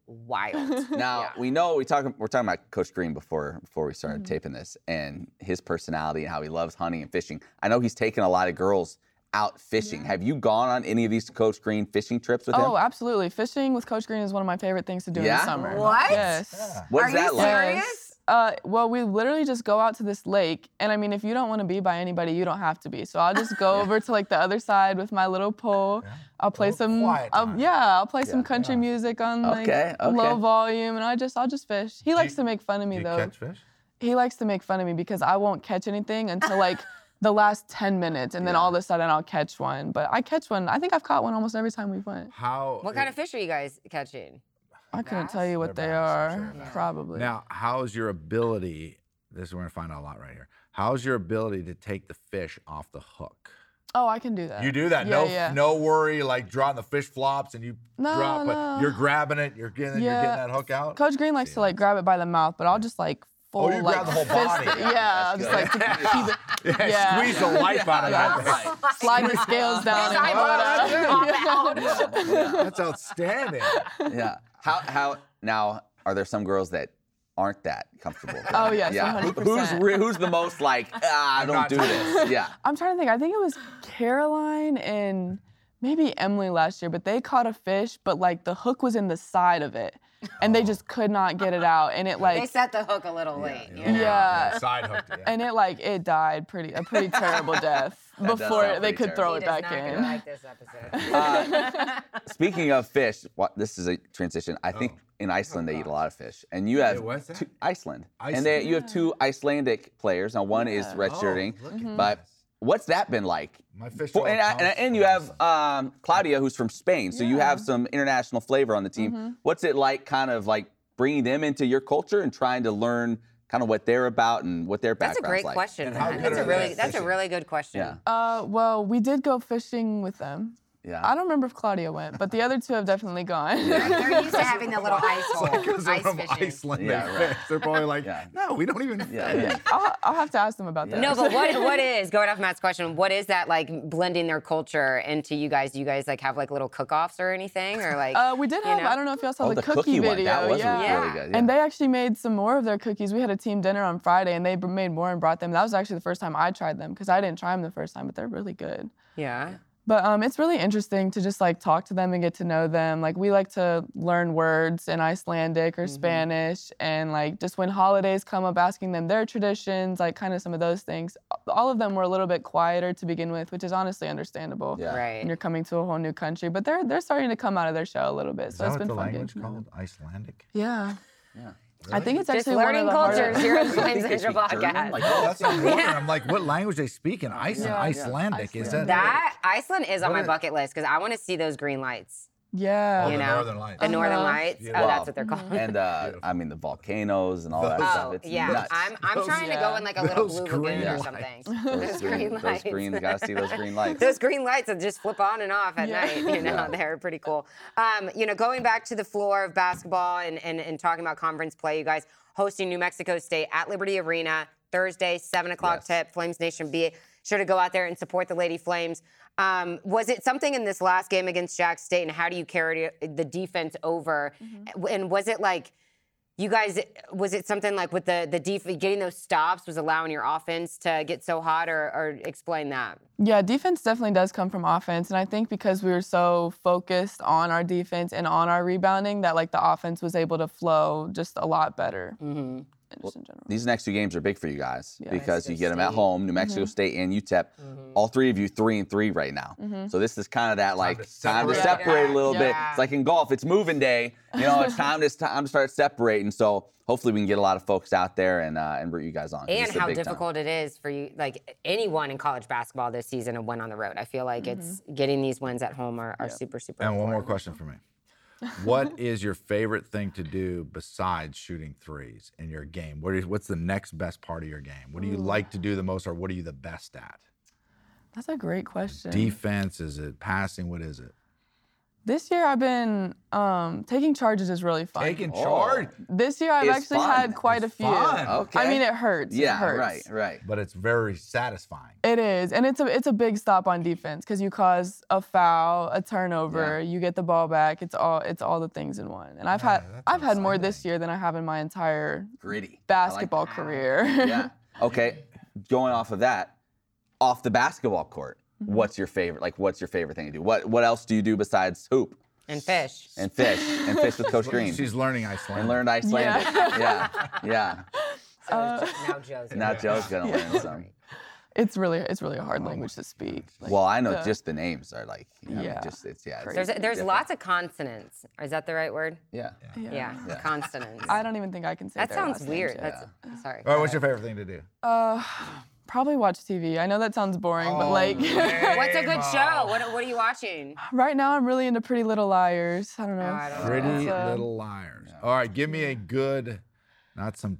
Speaker 4: wild.
Speaker 2: she's
Speaker 3: <laughs>
Speaker 2: wild.
Speaker 3: Now
Speaker 2: Yeah.
Speaker 3: we know we talk. We're talking about Coach Green before before we started taping this, and his personality and how he loves hunting and fishing. I know he's taken a lot of girls out fishing. Have you gone on any of these Coach Green fishing trips with
Speaker 5: Oh,
Speaker 3: him?
Speaker 5: absolutely. Fishing with Coach Green is one of my favorite things to do in
Speaker 3: Yeah?
Speaker 5: the summer.
Speaker 2: What?
Speaker 5: Yes.
Speaker 3: What's
Speaker 2: Are
Speaker 3: that
Speaker 2: you
Speaker 3: like?
Speaker 2: serious?
Speaker 5: Yes. Uh, well, we literally just go out to this lake, and I mean, if you don't want to be by anybody, you don't have to be. So I'll just go over to like the other side with my little pole. I'll play
Speaker 4: Little
Speaker 5: some,
Speaker 4: quiet
Speaker 5: I'll-
Speaker 4: time.
Speaker 5: yeah, I'll play some
Speaker 3: Yeah.
Speaker 5: country music on like
Speaker 3: Okay, okay.
Speaker 5: low volume, and I just, I'll just fish. He likes
Speaker 4: you-
Speaker 5: to make fun of me
Speaker 4: you
Speaker 5: though.
Speaker 4: catch fish?
Speaker 5: he likes to make fun of me because I won't catch anything until like the last ten minutes, and then all of a sudden I'll catch one. But I catch one. I think I've caught one almost every time we went.
Speaker 4: How?
Speaker 2: What kind of fish are you guys catching?
Speaker 5: I couldn't tell
Speaker 2: Bass?
Speaker 5: you what
Speaker 4: They're
Speaker 5: they
Speaker 4: bass, I'm sure
Speaker 5: are.
Speaker 4: they're bass.
Speaker 5: Probably.
Speaker 4: Now, how's your ability? This we're gonna find out a lot right here. How's your ability to take the fish off the hook?
Speaker 5: Oh, I can do that.
Speaker 4: You do that,
Speaker 5: Yeah,
Speaker 4: no,
Speaker 5: yeah.
Speaker 4: no worry. Like dropping the fish flops and you
Speaker 5: No,
Speaker 4: drop, but
Speaker 5: no.
Speaker 4: you're grabbing it. You're getting, you're
Speaker 5: Yeah.
Speaker 4: getting that hook out.
Speaker 5: Coach Green likes
Speaker 4: See,
Speaker 5: to like grab it by the mouth, but I'll just like full
Speaker 4: Oh, you
Speaker 5: like
Speaker 4: grab the whole
Speaker 5: fist
Speaker 4: body.
Speaker 5: it.
Speaker 4: Yeah,
Speaker 5: Yeah, I'll
Speaker 3: that's
Speaker 5: just like to
Speaker 3: good.
Speaker 4: <laughs>
Speaker 5: keep it.
Speaker 4: Yeah,
Speaker 5: Yeah.
Speaker 4: squeeze the life out of
Speaker 5: Yeah.
Speaker 4: that.
Speaker 2: <laughs>
Speaker 4: thing.
Speaker 5: <laughs> slide the scales down
Speaker 2: His
Speaker 5: and pull
Speaker 2: eyeballs
Speaker 4: that's
Speaker 5: it
Speaker 4: it.
Speaker 5: up.
Speaker 2: pop
Speaker 5: <laughs>
Speaker 2: out.
Speaker 3: yeah,
Speaker 4: That's outstanding.
Speaker 3: yeah, yeah. How how now are there some girls that aren't that comfortable? with
Speaker 5: Oh,
Speaker 3: it?
Speaker 5: yes,
Speaker 3: Who- Who's
Speaker 5: 100%.
Speaker 3: re- who's the most like ah, I don't
Speaker 4: not
Speaker 3: do
Speaker 4: doing
Speaker 3: this? Yeah.
Speaker 5: I'm trying to think. I think it was Caroline and maybe Emily last year, but they caught a fish, but like the hook was in the side of it, and they just could not get it out, and it
Speaker 2: They <laughs>
Speaker 5: like
Speaker 2: set the hook a little late. you know?
Speaker 5: Yeah.
Speaker 4: side hooked. Yeah.
Speaker 5: and it like it died pretty a pretty terrible death
Speaker 3: does
Speaker 5: before
Speaker 3: sound
Speaker 5: they
Speaker 3: pretty
Speaker 5: could
Speaker 2: He
Speaker 5: throw
Speaker 2: does
Speaker 5: it back
Speaker 2: not gonna
Speaker 5: in.
Speaker 2: like this
Speaker 3: <laughs>
Speaker 2: episode.
Speaker 3: Uh, speaking of fish, what, this is a transition. I think in Iceland they eat a lot of fish, and you have
Speaker 4: what's that?
Speaker 3: two, Iceland, and
Speaker 4: Iceland.
Speaker 3: they, you have two Icelandic players. Now one is redshirting,
Speaker 4: Oh, look at
Speaker 3: but
Speaker 4: this.
Speaker 3: what's that been like?
Speaker 4: my fish.
Speaker 3: For-
Speaker 4: oil
Speaker 3: and, I-
Speaker 4: comes
Speaker 3: and, and
Speaker 4: from
Speaker 3: you have
Speaker 4: <laughs> Iceland.
Speaker 3: um, Claudia, who's from Spain, so you have some international flavor on the team.
Speaker 5: Mm-hmm.
Speaker 3: What's it like, kind of like bringing them into your culture and trying to learn kind of what they're about and what their
Speaker 2: That's a
Speaker 3: background's
Speaker 2: great
Speaker 3: like?
Speaker 2: question.
Speaker 4: And how
Speaker 2: Matt.
Speaker 4: good
Speaker 2: That's a
Speaker 4: are
Speaker 2: really
Speaker 4: they
Speaker 2: that's a
Speaker 4: fishing?
Speaker 2: really good question.
Speaker 3: Yeah,
Speaker 5: Uh, well, we did go fishing with them.
Speaker 3: yeah.
Speaker 5: I don't remember if Claudia went, but the other two have definitely gone.
Speaker 2: They're used to having the little
Speaker 3: <laughs>
Speaker 2: ice
Speaker 4: <laughs>
Speaker 2: hole,
Speaker 4: Because they're
Speaker 2: ice
Speaker 4: from
Speaker 2: fishing.
Speaker 4: Iceland,
Speaker 3: Yeah,
Speaker 4: they
Speaker 3: right.
Speaker 4: fish. They're probably like,
Speaker 3: Yeah.
Speaker 4: no, we don't even.
Speaker 3: Yeah,
Speaker 4: fish."
Speaker 3: yeah.
Speaker 5: <laughs> I'll, I'll have to ask them about that.
Speaker 2: No, but what
Speaker 5: <laughs>
Speaker 2: what is going off Matt's question? What is that like blending their culture into you guys? Do you guys like have like little cook-offs or anything, or like?
Speaker 5: Uh, we did
Speaker 2: you
Speaker 5: have.
Speaker 2: know?
Speaker 5: I don't know if y'all saw
Speaker 3: oh,
Speaker 5: the,
Speaker 3: the, cookie,
Speaker 5: video.
Speaker 3: one that was
Speaker 5: yeah.
Speaker 3: really
Speaker 2: Yeah.
Speaker 3: good. Yeah.
Speaker 5: And they actually made some more of their cookies. We had a team dinner on Friday, and they br- made more and brought them. That was actually the first time I tried them because I didn't try them the first time, but they're really good.
Speaker 2: Yeah.
Speaker 5: But um, it's really interesting to just like talk to them and get to know them. Like we like to learn words in Icelandic or
Speaker 4: Mm-hmm.
Speaker 5: Spanish, and like just when holidays come up, asking them their traditions, like kind of some of those things. All of them were a little bit quieter to begin with, which is honestly understandable.
Speaker 3: Yeah.
Speaker 5: And
Speaker 2: Right.
Speaker 5: you're coming to a whole new country, but they're they're starting to come out of their shell a little bit.
Speaker 4: Is
Speaker 5: So
Speaker 4: that
Speaker 5: it's
Speaker 4: what
Speaker 5: been
Speaker 4: the
Speaker 5: fun.
Speaker 4: language
Speaker 5: getting to know them.
Speaker 4: called? Icelandic.
Speaker 5: Yeah.
Speaker 3: Yeah.
Speaker 5: I think it's
Speaker 2: Just
Speaker 5: actually
Speaker 2: learning
Speaker 5: one of the harder-
Speaker 2: cultures.
Speaker 5: <laughs>
Speaker 2: You're
Speaker 3: You think
Speaker 2: in
Speaker 3: they
Speaker 2: Central
Speaker 3: speak German?
Speaker 2: Podcast.
Speaker 3: Like,
Speaker 4: Oh, that's <laughs> important. I'm like, what language they speak in Iceland?
Speaker 5: Yeah.
Speaker 4: Icelandic is that?
Speaker 2: That Iceland is on
Speaker 4: What
Speaker 2: my
Speaker 4: is-
Speaker 2: bucket list because I want to see those green lights.
Speaker 5: Yeah.
Speaker 4: Oh,
Speaker 2: you
Speaker 4: the
Speaker 2: know,
Speaker 4: Northern Lights.
Speaker 2: The Northern
Speaker 5: Uh-huh.
Speaker 2: Lights. Oh,
Speaker 3: Wow.
Speaker 2: that's what they're called.
Speaker 3: and uh, I mean the volcanoes and all that
Speaker 4: Those-
Speaker 3: stuff.
Speaker 2: Oh
Speaker 3: It's
Speaker 2: yeah,
Speaker 3: nuts.
Speaker 2: I'm I'm
Speaker 4: Those-
Speaker 2: trying to go in
Speaker 3: <laughs>
Speaker 2: like a little
Speaker 4: those
Speaker 2: blue
Speaker 4: green
Speaker 2: lagoon or
Speaker 4: lights.
Speaker 2: something. <laughs>
Speaker 3: those, green, those green, gotta see those green lights.
Speaker 2: Those green lights that just flip on and off at
Speaker 5: Yeah.
Speaker 2: night, you know,
Speaker 3: Yeah.
Speaker 2: they're pretty cool. Um, you know, going back to the floor of basketball and, and, and talking about conference play, you guys hosting New Mexico State at Liberty Arena Thursday, 7 o'clock
Speaker 3: Yes.
Speaker 2: tip, Flames Nation be sure to go out there and support the Lady Flames. Um, was it something in this last game against Jack State, and how do you carry the defense over? And was it like, you guys, was it something like with the the def- getting those stops was allowing your offense to get so hot, or, or explain that?
Speaker 5: Yeah, defense definitely does come from offense. And I think because we were so focused on our defense and on our rebounding, that like the offense was able to flow just a lot better.
Speaker 2: Mm-hmm.
Speaker 5: and Just in general.
Speaker 3: These next two games are big for you guys
Speaker 5: Yeah.
Speaker 3: because you
Speaker 2: Mexico
Speaker 3: get them at
Speaker 2: State.
Speaker 3: home, New Mexico
Speaker 5: Mm-hmm.
Speaker 3: State and UTEP.
Speaker 4: Mm-hmm.
Speaker 3: All three of you, three and three right now.
Speaker 5: Mm-hmm.
Speaker 3: So this is kind of that like
Speaker 4: to
Speaker 3: time to
Speaker 4: separate.
Speaker 3: separate a
Speaker 2: Yeah.
Speaker 3: little bit.
Speaker 2: Yeah.
Speaker 3: It's like in golf, it's moving day. You know,
Speaker 5: <laughs>
Speaker 3: it's time to it's time to start separating. So hopefully we can get a lot of folks out there and uh, and root you guys on. 'cause
Speaker 2: and
Speaker 3: it's a
Speaker 2: how
Speaker 3: big time.
Speaker 2: difficult it is for you, like anyone in college basketball this
Speaker 5: Mm-hmm.
Speaker 2: season, to win on the road. I feel like it's getting these wins at home are, are super, super.
Speaker 4: And one more
Speaker 2: important.
Speaker 4: question for me. What <laughs> is your favorite thing to do besides shooting threes in your game? What is, what's the next best part of your game? What do you like to do the most, or what are you the best at?
Speaker 5: That's a great question.
Speaker 4: Defense? Is it passing? What is it?
Speaker 5: This year I've been um, taking charges is really fun.
Speaker 4: Taking
Speaker 3: Oh.
Speaker 4: charge,
Speaker 5: this year I've
Speaker 3: It's
Speaker 5: actually
Speaker 3: fun.
Speaker 5: had quite
Speaker 4: It's
Speaker 5: a few.
Speaker 3: <laughs>
Speaker 4: fun.
Speaker 3: Okay.
Speaker 5: I mean it hurts. it
Speaker 3: yeah,
Speaker 5: hurts.
Speaker 3: right, right.
Speaker 4: but it's very satisfying.
Speaker 5: It is, and it's a it's a big stop on defense because you cause a foul, a turnover, you get the ball back. It's all it's all the things in one. And I've had
Speaker 4: Yeah, that's
Speaker 5: I've had more this
Speaker 4: exciting.
Speaker 5: year than I have in my entire
Speaker 3: Gritty. I like
Speaker 5: basketball career.
Speaker 3: yeah. Okay. Going off of that, off the basketball court,
Speaker 5: Mm-hmm.
Speaker 3: what's your favorite? Like, what's your favorite thing to do? What What else do you do besides hoop
Speaker 2: and fish.
Speaker 3: and fish and fish with
Speaker 4: <laughs>
Speaker 3: Coach Green
Speaker 4: She's learning Icelandic.
Speaker 3: and learned Icelandic?
Speaker 5: Yeah.
Speaker 3: <laughs> Yeah. Yeah.
Speaker 4: <laughs>
Speaker 2: So
Speaker 5: Uh,
Speaker 2: Jo- now Joe's
Speaker 3: Now Joe's gonna
Speaker 5: Yeah.
Speaker 3: learn some.
Speaker 5: <laughs> it's really it's really a hard
Speaker 4: Oh
Speaker 5: language to speak. Like,
Speaker 3: Well, I know
Speaker 5: the-
Speaker 3: just the names are like, you know,
Speaker 5: Yeah.
Speaker 3: just it's yeah. It's
Speaker 2: There's there's
Speaker 3: different.
Speaker 2: lots of consonants. Is that the right word?
Speaker 3: Yeah.
Speaker 5: yeah.
Speaker 2: Yeah,
Speaker 3: Yeah.
Speaker 2: consonants.
Speaker 5: I don't even think I can
Speaker 2: <laughs>
Speaker 5: say
Speaker 2: that
Speaker 5: their
Speaker 2: sounds
Speaker 5: last names
Speaker 2: weird.
Speaker 5: yet.
Speaker 2: That's sorry.
Speaker 4: All right, what's your favorite thing to do?
Speaker 5: Uh, probably watch TV. I know that sounds boring, but
Speaker 4: Oh,
Speaker 5: like
Speaker 4: man.
Speaker 2: <laughs> What's a good
Speaker 4: Hey,
Speaker 2: show?
Speaker 4: Mom.
Speaker 2: What what are you watching?
Speaker 5: <laughs> right now I'm really into Pretty Little Liars. I don't know.
Speaker 2: Oh, I don't know.
Speaker 4: Pretty
Speaker 5: Uh,
Speaker 4: Little Liars. All right, give me a good, not some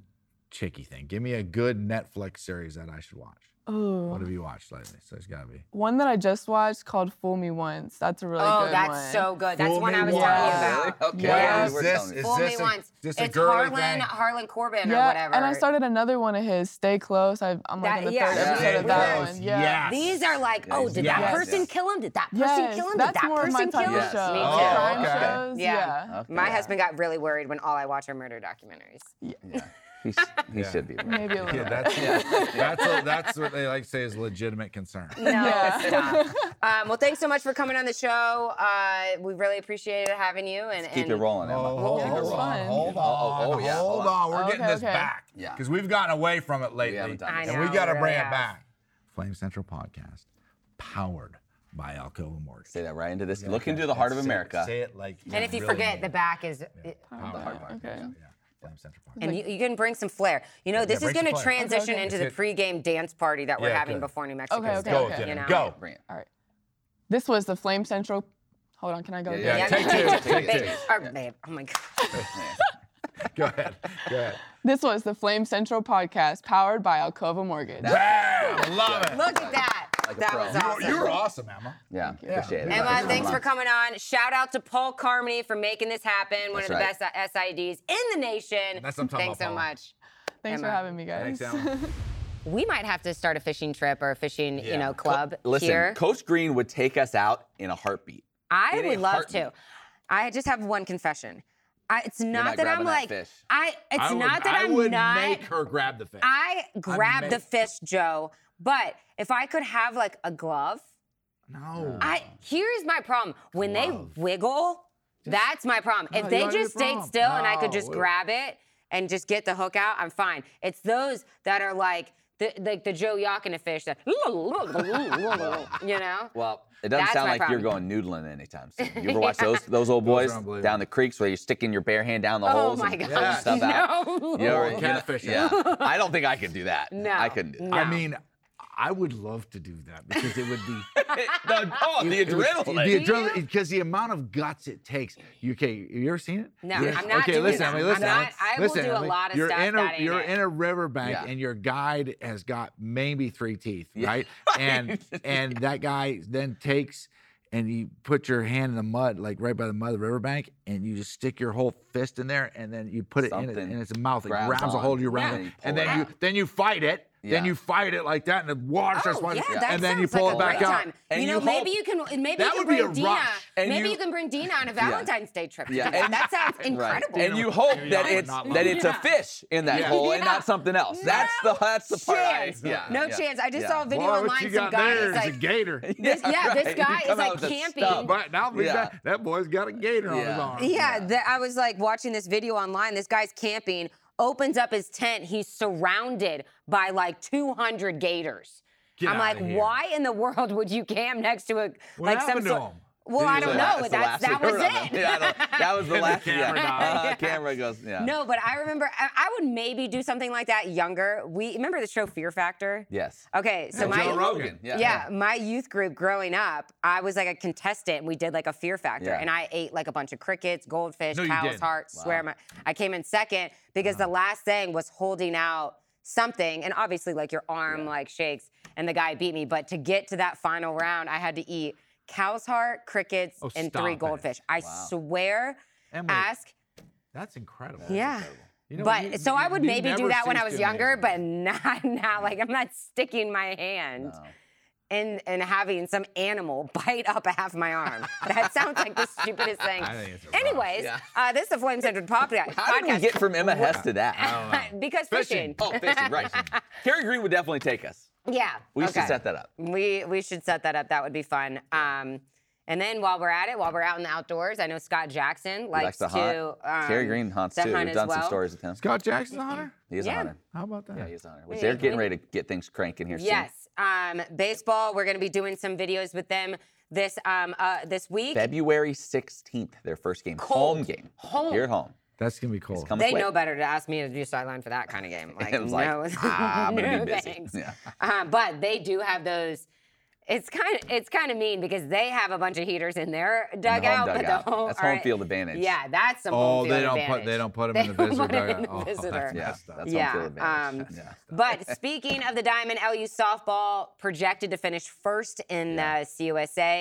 Speaker 4: chicky thing. Give me a good Netflix series that I should watch.
Speaker 5: Ooh.
Speaker 4: What have you watched lately? So it's gotta be.
Speaker 5: One that I just watched called Fool Me Once. That's a really
Speaker 2: oh,
Speaker 5: good
Speaker 2: that's
Speaker 5: one.
Speaker 2: so good. That's
Speaker 4: Fool
Speaker 2: one
Speaker 4: me
Speaker 2: I was
Speaker 4: once.
Speaker 2: telling you
Speaker 3: Really?
Speaker 2: about.
Speaker 3: Okay.
Speaker 5: Yeah.
Speaker 3: you were
Speaker 4: Is
Speaker 3: telling
Speaker 4: this-
Speaker 3: me.
Speaker 4: is-
Speaker 2: Fool me
Speaker 4: this a-
Speaker 2: once.
Speaker 4: this a
Speaker 2: it's
Speaker 4: girly
Speaker 2: Harlan
Speaker 4: thing?
Speaker 2: Harlan Corbin or
Speaker 5: Yeah,
Speaker 2: whatever.
Speaker 5: and I started another one of his, Stay Close. I, I'm like
Speaker 2: That-
Speaker 5: on the
Speaker 2: yeah,
Speaker 5: third
Speaker 3: yeah.
Speaker 5: episode of
Speaker 3: Stay
Speaker 5: that
Speaker 4: Close,
Speaker 5: one. Yeah.
Speaker 4: yes.
Speaker 2: These are like,
Speaker 3: Yeah,
Speaker 2: oh,
Speaker 3: he's
Speaker 2: did
Speaker 4: yes.
Speaker 2: that person
Speaker 3: Yeah.
Speaker 2: kill him? Did that person
Speaker 5: Yes,
Speaker 2: kill him? Did
Speaker 5: that's
Speaker 2: that
Speaker 5: more of my
Speaker 2: person
Speaker 5: type
Speaker 2: kill him?
Speaker 5: of
Speaker 3: Yes.
Speaker 5: show.
Speaker 2: Me
Speaker 3: Oh,
Speaker 2: too.
Speaker 5: Crime
Speaker 4: okay.
Speaker 5: shows,
Speaker 2: Yeah.
Speaker 5: yeah.
Speaker 3: Okay.
Speaker 2: My husband got really worried when all I watch are murder documentaries.
Speaker 3: Yeah. He, sh- he
Speaker 4: Yeah.
Speaker 3: should be.
Speaker 5: Maybe a little. <laughs>
Speaker 4: Yeah,
Speaker 5: bit.
Speaker 4: that's that's a, that's what they like to say is legitimate <laughs> concern.
Speaker 2: No,
Speaker 5: <laughs> Yeah. <laughs>
Speaker 2: stop. Um, well, thanks so much for coming on the show. Uh, we really appreciated having you. And,
Speaker 3: Keep
Speaker 2: and
Speaker 3: it rolling, Emma.
Speaker 4: hold,
Speaker 5: Yeah, it was fun.
Speaker 4: on, hold
Speaker 3: Oh,
Speaker 4: on,
Speaker 3: oh, yeah,
Speaker 4: hold
Speaker 3: hold on.
Speaker 4: on. We're
Speaker 5: Okay,
Speaker 4: getting this
Speaker 5: okay.
Speaker 4: back.
Speaker 3: Yeah.
Speaker 4: because we've gotten away from it lately,
Speaker 3: haven't done
Speaker 2: I
Speaker 3: it
Speaker 2: know,
Speaker 4: and we got to
Speaker 2: we
Speaker 4: bring
Speaker 2: really
Speaker 4: it
Speaker 2: have.
Speaker 4: back. Flame Central Podcast, powered by Alcoa Mortgage.
Speaker 3: Say that right into this.
Speaker 4: Yeah,
Speaker 3: Look
Speaker 4: okay.
Speaker 3: into the heart of
Speaker 4: Say it-
Speaker 3: America.
Speaker 4: Say it like.
Speaker 2: And if you forget, the
Speaker 4: back.
Speaker 2: back is.
Speaker 3: The hard part.
Speaker 5: Okay.
Speaker 4: Yeah, Flame Central Podcast.
Speaker 2: And you, you can bring some flair. You know, this
Speaker 4: bring
Speaker 2: is
Speaker 4: some
Speaker 2: going to
Speaker 4: flair.
Speaker 2: transition
Speaker 5: Okay, okay.
Speaker 2: into the
Speaker 4: Let's
Speaker 2: pregame dance party that we're
Speaker 4: Yeah,
Speaker 2: having
Speaker 4: good.
Speaker 2: before New Mexico.
Speaker 5: Okay,
Speaker 2: State,
Speaker 5: okay,
Speaker 4: Go,
Speaker 5: okay.
Speaker 2: You
Speaker 4: Jenna.
Speaker 2: know?
Speaker 4: Go.
Speaker 3: Bring it.
Speaker 5: All right. This was the Flame Central. Hold on, can I go?
Speaker 3: Yeah,
Speaker 5: again?
Speaker 4: Yeah,
Speaker 2: Yeah,
Speaker 4: take
Speaker 2: yeah,
Speaker 4: two,
Speaker 2: <laughs> yeah.
Speaker 4: take
Speaker 2: Babe,
Speaker 4: two.
Speaker 2: oh, babe, oh my God.
Speaker 4: Go ahead. Go ahead.
Speaker 5: This was the Flame Central podcast powered by Alcova Mortgage.
Speaker 4: Bam! Love it.
Speaker 2: Look at that.
Speaker 3: Like a
Speaker 2: that
Speaker 3: pro.
Speaker 2: was
Speaker 3: You were-
Speaker 4: You're-
Speaker 2: awesome.
Speaker 4: Oh, You're awesome, Emma.
Speaker 3: Yeah, appreciate it.
Speaker 2: Emma,
Speaker 3: Thanks
Speaker 2: thanks
Speaker 3: so
Speaker 2: for
Speaker 3: much.
Speaker 2: coming on. Shout out to Paul Carmody for making this happen. One of the
Speaker 3: That's
Speaker 2: best uh, SIDs in the nation.
Speaker 4: That's what I'm talking
Speaker 2: thanks
Speaker 4: about,
Speaker 2: so
Speaker 4: Paul.
Speaker 2: much.
Speaker 5: Thanks for
Speaker 2: Emma.
Speaker 5: having me, guys.
Speaker 4: Thanks,
Speaker 5: <laughs>
Speaker 4: Emma.
Speaker 2: We might have to start a fishing trip or a fishing, you
Speaker 4: Yeah.
Speaker 2: know, club
Speaker 3: Listen,
Speaker 2: here.
Speaker 3: Coach Green would take us out in a heartbeat.
Speaker 2: I
Speaker 3: in a
Speaker 2: would love
Speaker 3: heartbeat.
Speaker 2: to. I just have one confession. I, it's not,
Speaker 3: not
Speaker 2: that I'm
Speaker 3: grabbing that
Speaker 2: like
Speaker 3: fish.
Speaker 2: I. It's
Speaker 4: I would-
Speaker 2: not that
Speaker 4: I
Speaker 2: I'm
Speaker 4: would
Speaker 2: not.
Speaker 4: make her grab the fish.
Speaker 2: I grab the
Speaker 4: make-
Speaker 2: fish, Joe. But if I could have like a glove,
Speaker 4: no.
Speaker 2: I here's my problem. When
Speaker 4: Glove.
Speaker 2: they wiggle, that's my problem.
Speaker 4: No,
Speaker 2: if
Speaker 4: you
Speaker 2: they
Speaker 4: don't need
Speaker 2: just
Speaker 4: a
Speaker 2: stayed
Speaker 4: problem.
Speaker 2: still and I could
Speaker 4: No,
Speaker 2: just
Speaker 4: it-
Speaker 2: grab it and just get the hook out, I'm fine. It's those that are like the like the Joe Yakina fish that <laughs> you know.
Speaker 3: Well, it doesn't
Speaker 2: That's
Speaker 3: sound
Speaker 2: my
Speaker 3: like you're going
Speaker 2: problem.
Speaker 3: noodling anytime soon.
Speaker 2: <laughs>
Speaker 3: You ever watch those those old boys
Speaker 4: unbelievable.
Speaker 3: down the creeks where you're sticking your bare hand down the
Speaker 2: Oh
Speaker 3: holes
Speaker 2: my
Speaker 3: and pulling
Speaker 2: gosh,
Speaker 3: stuff out?
Speaker 2: <laughs> no.
Speaker 3: You ever-
Speaker 4: Or
Speaker 3: you
Speaker 4: catfish.
Speaker 3: know- Yeah. I don't think I could do that.
Speaker 2: No,
Speaker 3: I couldn't do
Speaker 2: no.
Speaker 3: that.
Speaker 4: I mean, I would love to do that because it would be
Speaker 3: <laughs>
Speaker 4: <laughs>
Speaker 3: the,
Speaker 6: <laughs>
Speaker 3: oh, the
Speaker 4: it would-
Speaker 3: adrenaline.
Speaker 4: The adrenaline because the amount of guts it takes. You okay? You ever seen it?
Speaker 2: No,
Speaker 4: Yes.
Speaker 2: I'm not
Speaker 4: Okay,
Speaker 2: doing
Speaker 4: listen,
Speaker 2: that.
Speaker 4: Emily,
Speaker 2: I'm
Speaker 4: listen.
Speaker 2: not-
Speaker 4: Emily,
Speaker 2: I will
Speaker 4: listen,
Speaker 2: do a
Speaker 4: Emily,
Speaker 2: lot of
Speaker 4: you're
Speaker 2: stuff
Speaker 4: In a,
Speaker 2: that ain't
Speaker 4: you're
Speaker 2: it.
Speaker 4: in a riverbank
Speaker 3: Yeah.
Speaker 4: and your guide has got maybe three teeth,
Speaker 3: <laughs>
Speaker 4: right? And and that guy then takes and you put your hand in the mud, like right by the mud of the riverbank, and you just stick your whole fist in there, and then you put it in, it,
Speaker 3: Something
Speaker 4: in its mouth. It
Speaker 3: grabs
Speaker 4: grabs a
Speaker 3: on,
Speaker 4: hold of
Speaker 3: and
Speaker 4: you around,
Speaker 3: then you
Speaker 4: it, and
Speaker 3: pull it
Speaker 4: then you
Speaker 3: out.
Speaker 4: then you fight it. Then
Speaker 3: Yeah.
Speaker 4: you fight it like that, and the water
Speaker 2: <laughs>
Speaker 4: starts
Speaker 2: Oh
Speaker 4: flashing,
Speaker 2: yeah, that
Speaker 4: and then you
Speaker 2: sounds like
Speaker 4: pull it
Speaker 2: a
Speaker 4: back
Speaker 2: great
Speaker 4: out.
Speaker 2: time.
Speaker 3: And
Speaker 2: you
Speaker 3: you
Speaker 2: know, maybe
Speaker 3: hope-
Speaker 2: you can maybe
Speaker 4: That
Speaker 2: you
Speaker 4: would
Speaker 2: can
Speaker 4: be
Speaker 2: bring
Speaker 4: a
Speaker 2: Dina.
Speaker 4: rush.
Speaker 3: And
Speaker 2: Maybe
Speaker 3: you-
Speaker 2: you, can bring Dina on a Valentine's Day trip.
Speaker 3: Yeah,
Speaker 2: together.
Speaker 3: and-
Speaker 2: that
Speaker 3: <laughs>
Speaker 2: sounds incredible.
Speaker 3: And you hope
Speaker 4: Dana
Speaker 3: that
Speaker 4: would
Speaker 3: it's
Speaker 4: not love
Speaker 3: that
Speaker 4: it.
Speaker 3: it's a fish in that
Speaker 4: Yeah.
Speaker 3: hole and
Speaker 2: Yeah.
Speaker 3: not something else. That's
Speaker 2: No
Speaker 3: the that's the part. I-
Speaker 2: chance.
Speaker 3: yeah,
Speaker 2: no
Speaker 3: yeah,
Speaker 2: chance. I just
Speaker 3: yeah.
Speaker 2: saw a video
Speaker 4: Boy, what
Speaker 2: online.
Speaker 4: you
Speaker 2: Some
Speaker 4: got
Speaker 2: guy
Speaker 4: there
Speaker 2: is
Speaker 4: is
Speaker 2: like,
Speaker 4: a gator.
Speaker 2: This- <laughs> yeah, this
Speaker 3: You
Speaker 2: guy
Speaker 3: come
Speaker 2: is,
Speaker 3: out
Speaker 2: like,
Speaker 3: with a
Speaker 2: camping.
Speaker 3: stump.
Speaker 4: But now we
Speaker 3: Yeah.
Speaker 4: got- that boy's got a gator on his
Speaker 3: Yeah.
Speaker 4: arm.
Speaker 2: Yeah, the- I was like watching this video online. This guy's camping, opens up his tent. He's surrounded by like 200 gators.
Speaker 4: Get
Speaker 2: I'm
Speaker 4: outta
Speaker 2: like,
Speaker 4: here.
Speaker 2: why in the world would you camp next to a
Speaker 4: What
Speaker 2: like some
Speaker 4: happened to
Speaker 2: sort?
Speaker 4: him?
Speaker 2: Well, I don't
Speaker 3: So
Speaker 2: know.
Speaker 3: that's the
Speaker 2: That's,
Speaker 3: last
Speaker 2: that
Speaker 3: we
Speaker 2: was
Speaker 4: <laughs>
Speaker 3: heard of
Speaker 2: it.
Speaker 3: him. Yeah, I don't-
Speaker 2: <laughs>
Speaker 3: that was the
Speaker 6: And the
Speaker 3: last.
Speaker 6: camera
Speaker 3: yeah.
Speaker 6: died.
Speaker 3: Uh, camera goes. Yeah.
Speaker 2: No, but I remember I, I would maybe do something like that younger. We remember the show Fear Factor.
Speaker 3: Yes.
Speaker 2: Okay, so
Speaker 3: Yeah,
Speaker 2: my
Speaker 6: Joe Rogan.
Speaker 2: yeah.
Speaker 3: Yeah.
Speaker 2: my youth group growing up, I was like a contestant. and We did like a Fear Factor,
Speaker 3: Yeah.
Speaker 2: and I ate like a bunch of crickets, goldfish,
Speaker 6: No, you
Speaker 2: cow's
Speaker 6: didn't.
Speaker 2: heart. Swear, my, I came in second because the last thing was holding out something, and obviously like your arm like shakes, and the guy beat me. But to get to that final round, I had to eat cow's heart, crickets,
Speaker 6: Oh,
Speaker 2: and three
Speaker 6: stop it.
Speaker 2: goldfish. I
Speaker 3: Wow.
Speaker 2: swear.
Speaker 6: Emily,
Speaker 2: Ask
Speaker 6: that's incredible.
Speaker 2: yeah.
Speaker 6: You know,
Speaker 2: but
Speaker 6: you-
Speaker 2: so
Speaker 6: you-
Speaker 2: I would
Speaker 6: you
Speaker 2: maybe do
Speaker 6: never
Speaker 2: that when I
Speaker 6: cease
Speaker 2: was
Speaker 6: to amaze
Speaker 2: younger,
Speaker 6: me.
Speaker 2: but not <laughs> now. Like I'm not sticking my hand
Speaker 3: No.
Speaker 2: and and having some animal <laughs> bite up half my arm. that sounds like the stupidest thing.
Speaker 6: I think it's a rough.
Speaker 2: Anyways,
Speaker 3: Yeah.
Speaker 2: uh, this is the Flame Centered Podcast.
Speaker 3: How did we get from Emma Hess to that?
Speaker 6: I don't know.
Speaker 2: <laughs> because
Speaker 6: Fishing.
Speaker 2: fishing.
Speaker 3: Oh, fishing, right.
Speaker 2: <laughs>
Speaker 3: Carrie Green would definitely take us.
Speaker 2: Yeah.
Speaker 3: We should
Speaker 2: okay.
Speaker 3: set that up.
Speaker 2: We we should set that up. That would be fun. Um, and then while we're at it, while we're out in the outdoors, I know Scott Jackson likes,
Speaker 3: likes to hunt.
Speaker 2: um,
Speaker 3: Carrie Green hunts
Speaker 2: to
Speaker 3: too.
Speaker 2: hunt
Speaker 3: We've
Speaker 2: as
Speaker 3: done
Speaker 2: well.
Speaker 3: some stories with him.
Speaker 4: Scott Jackson's a hunter.
Speaker 3: He is
Speaker 2: Yeah.
Speaker 3: a hunter.
Speaker 4: How about that?
Speaker 3: Yeah, he is a hunter. Which
Speaker 2: Yeah,
Speaker 3: they're
Speaker 2: yeah.
Speaker 3: getting ready to get things cranking here soon.
Speaker 2: Yes. Um, baseball, we're going to be doing some videos with them this um, uh, this week.
Speaker 3: February 16th, their first game.
Speaker 2: Cold.
Speaker 3: Home game.
Speaker 2: Home.
Speaker 3: You're home.
Speaker 4: That's gonna be cold.
Speaker 3: Come
Speaker 2: they
Speaker 3: quick.
Speaker 2: know better to ask me to do sideline for that kind of
Speaker 3: <laughs>
Speaker 2: game. Like,
Speaker 3: It was like,
Speaker 2: no, <laughs>
Speaker 3: ah, I'm gonna
Speaker 2: no
Speaker 3: be busy.
Speaker 2: thanks. <laughs>
Speaker 3: Yeah.
Speaker 2: Um, but they do have those. It's kind of it's kind of mean because they have a bunch of heaters in their dugout, but
Speaker 3: dugout.
Speaker 2: the home
Speaker 3: That's
Speaker 2: all
Speaker 3: home field advantage.
Speaker 2: Yeah, that's some
Speaker 4: Oh,
Speaker 2: home field
Speaker 4: they don't
Speaker 2: advantage.
Speaker 4: put they don't put him
Speaker 2: They
Speaker 4: in the
Speaker 2: don't
Speaker 4: visitor.
Speaker 2: put it in
Speaker 4: dugout.
Speaker 2: the
Speaker 4: Oh, <laughs>
Speaker 2: visitor.
Speaker 4: that's
Speaker 3: Yeah,
Speaker 4: messed up.
Speaker 3: that's
Speaker 2: Yeah,
Speaker 3: home field advantage.
Speaker 2: um,
Speaker 3: <laughs> yeah.
Speaker 2: But speaking of the Diamond LU softball, projected to finish first in the CUSA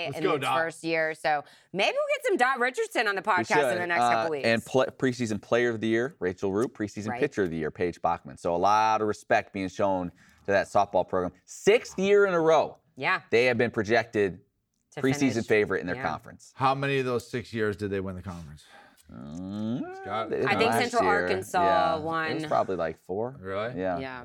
Speaker 6: Let's
Speaker 2: in
Speaker 6: go,
Speaker 2: its
Speaker 6: Doc.
Speaker 2: first year. So maybe we'll get some Dot Richardson on the
Speaker 3: We
Speaker 2: podcast in
Speaker 3: should.
Speaker 2: the next
Speaker 3: Uh,
Speaker 2: couple weeks.
Speaker 3: And pl- preseason player of the year, Rachel Root, preseason
Speaker 2: Right.
Speaker 3: pitcher of the year, Paige Bachman. So a lot of respect being shown to that softball program. Sixth year in a row,
Speaker 2: yeah.
Speaker 3: they have been projected
Speaker 2: to
Speaker 3: preseason
Speaker 2: finish.
Speaker 3: favorite in their
Speaker 2: Yeah.
Speaker 3: conference.
Speaker 4: How many of those six years did they win the conference? Scott,
Speaker 3: Mm, They did
Speaker 2: I think
Speaker 3: last
Speaker 2: Central
Speaker 3: year.
Speaker 2: Arkansas
Speaker 3: yeah. It was
Speaker 2: won.
Speaker 3: probably like four.
Speaker 4: Really?
Speaker 3: Yeah.
Speaker 2: Yeah.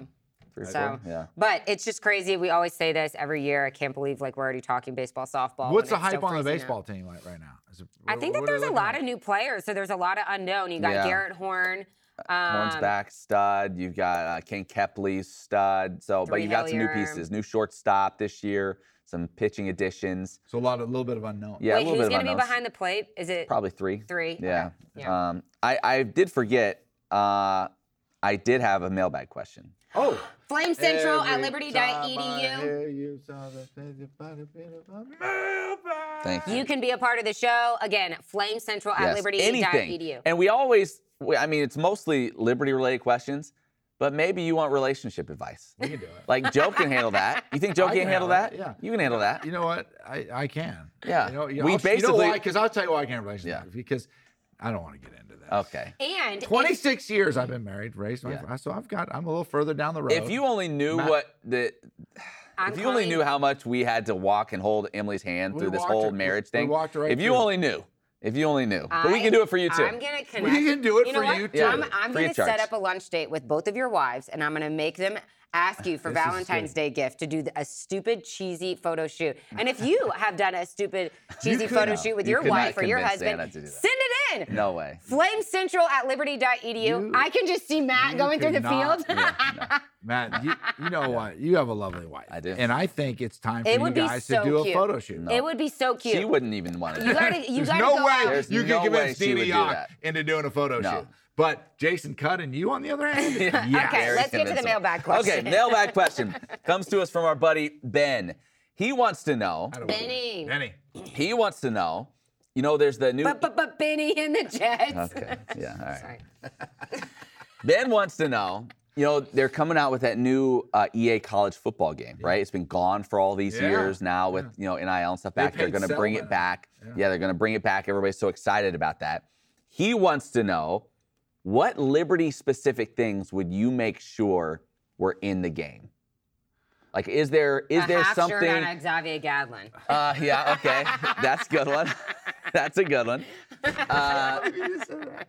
Speaker 3: Three, or
Speaker 2: So-
Speaker 3: four. Yeah.
Speaker 2: But it's just crazy. We always say this every year. I can't believe like we're already talking baseball, softball.
Speaker 4: What's the
Speaker 2: when it's
Speaker 4: hype
Speaker 2: so
Speaker 4: on the
Speaker 2: freezing out.
Speaker 4: baseball team like right now? Is it-
Speaker 2: I
Speaker 4: what-
Speaker 2: think that
Speaker 4: what are
Speaker 2: there's
Speaker 4: they
Speaker 2: a
Speaker 4: looking
Speaker 2: lot
Speaker 4: at?
Speaker 2: of new players, so there's a lot of unknown. You got
Speaker 3: Yeah.
Speaker 2: Garrett Horn. Um,
Speaker 3: Horn's back stud. You've got uh, Ken Kepley's stud. So, but
Speaker 2: Three
Speaker 3: you got some new
Speaker 2: Hillier.
Speaker 3: pieces. New shortstop this year. Some pitching additions.
Speaker 4: So a lot, a little bit of unknown.
Speaker 3: Yeah,
Speaker 2: Wait,
Speaker 3: a little
Speaker 2: who's
Speaker 3: bit of
Speaker 2: gonna be
Speaker 3: unknowns.
Speaker 2: behind the plate? Is it
Speaker 3: Probably three.
Speaker 2: three? Okay.
Speaker 3: Yeah.
Speaker 2: Yeah.
Speaker 3: Um, I, I did forget. Uh, I did have a mailbag question.
Speaker 4: Oh.
Speaker 2: Flame Central at E
Speaker 4: Every time I
Speaker 2: liberty.edu.
Speaker 4: hear you, something about a bit of a mailbag.
Speaker 3: Thank you.
Speaker 2: You can be a part of the show. Again, Flame Central at E
Speaker 3: Yes,
Speaker 2: liberty.edu.
Speaker 3: And we always, we- I mean, it's mostly liberty related questions, but maybe you want relationship
Speaker 2: <laughs>
Speaker 3: advice.
Speaker 4: We can do it.
Speaker 3: Like Joe can handle that. You think Joe
Speaker 4: I
Speaker 3: can handle that?
Speaker 4: it, Yeah.
Speaker 3: You can handle that.
Speaker 4: You know what? I, I can.
Speaker 3: Yeah.
Speaker 4: You know, you know,
Speaker 3: We
Speaker 4: I'll- You
Speaker 3: basically-
Speaker 4: know why? Because I'll tell you why I can't relate.
Speaker 3: Yeah.
Speaker 4: Yeah. Because I don't want to get into that.
Speaker 3: Okay.
Speaker 2: And
Speaker 4: 26 years I've been married, raised my
Speaker 3: Yeah.
Speaker 4: so I've got I'm a little further down the road.
Speaker 3: If you only knew
Speaker 4: Ma-
Speaker 3: what the,
Speaker 2: I'm
Speaker 3: if you only
Speaker 2: calling-
Speaker 3: knew how much we had to walk and hold Emily's hand
Speaker 4: We
Speaker 3: through this
Speaker 4: walked
Speaker 3: whole
Speaker 4: it- we-
Speaker 3: marriage
Speaker 4: we
Speaker 3: thing.
Speaker 4: walked right
Speaker 3: if you
Speaker 4: through it.
Speaker 3: only knew. If you only knew. but we can do it for you too.
Speaker 2: I'm gonna connect.
Speaker 4: can do it
Speaker 2: you know
Speaker 4: for
Speaker 2: what?
Speaker 4: you, too.
Speaker 2: I'm, I'm
Speaker 3: Free
Speaker 2: gonna
Speaker 3: of charge.
Speaker 2: set up a lunch date with both of your wives, and I'm gonna make them ask you
Speaker 3: <laughs>
Speaker 2: for
Speaker 4: This is
Speaker 2: Valentine's
Speaker 4: good.
Speaker 2: Day gift to do a stupid cheesy photo shoot. And if
Speaker 3: <laughs>
Speaker 2: you have done a stupid cheesy
Speaker 4: could
Speaker 2: photo
Speaker 4: not.
Speaker 2: shoot with
Speaker 3: You
Speaker 2: your
Speaker 3: could not
Speaker 2: wife or your
Speaker 3: convince
Speaker 2: husband,
Speaker 3: Anna to do
Speaker 2: send
Speaker 3: that.
Speaker 2: it in.
Speaker 3: no way.
Speaker 2: FlameCentral at liberty.edu.
Speaker 4: You-
Speaker 2: I can just see Matt
Speaker 4: you
Speaker 2: going through the
Speaker 4: could not-
Speaker 2: field. <laughs>
Speaker 4: Matt, you, you know what? You have a lovely wife.
Speaker 3: I do.
Speaker 4: And I think it's time for
Speaker 2: It
Speaker 4: you
Speaker 2: would be
Speaker 4: guys
Speaker 2: so
Speaker 4: to do
Speaker 2: cute.
Speaker 4: a photo shoot.
Speaker 2: It would be so cute.
Speaker 3: She wouldn't even want to.
Speaker 2: You gotta, you
Speaker 4: There's
Speaker 2: gotta
Speaker 4: no
Speaker 2: go
Speaker 4: way
Speaker 2: out.
Speaker 3: There's
Speaker 4: you
Speaker 3: no
Speaker 4: can
Speaker 3: way
Speaker 4: convince
Speaker 3: she would
Speaker 4: Stevie
Speaker 3: do
Speaker 4: Yock
Speaker 3: that.
Speaker 4: into doing a photo
Speaker 3: No.
Speaker 4: shoot. But Jason Cudd and you on the other
Speaker 3: <laughs>
Speaker 4: hand?
Speaker 2: <laughs>
Speaker 4: yeah.
Speaker 2: Okay, let's get to the mailbag question.
Speaker 3: Okay, mailbag question comes to us from our buddy Ben. He wants to know.
Speaker 2: Benny.
Speaker 4: Benny.
Speaker 3: He wants to know. You know, there's the new.
Speaker 2: But, but, but Benny and the Jets.
Speaker 3: okay. Yeah. All right.
Speaker 2: <laughs> Sorry.
Speaker 3: Ben wants to know. You know, they're coming out with that new uh, EA college football game, right? It's been gone for all these
Speaker 4: Yeah.
Speaker 3: years now with you know NIL and stuff back. They're
Speaker 4: paid
Speaker 3: going to bring it
Speaker 4: Selman.
Speaker 3: back. Yeah. they're going to bring it back. Everybody's so excited about that. He wants to know what Liberty specific things would you make sure were in the game? Like, is there is
Speaker 2: a
Speaker 3: there
Speaker 2: half
Speaker 3: something?
Speaker 2: shirt on Xavier Gadlin.
Speaker 3: Uh, yeah, okay. That's a good one. <laughs> That's a good one. Uh,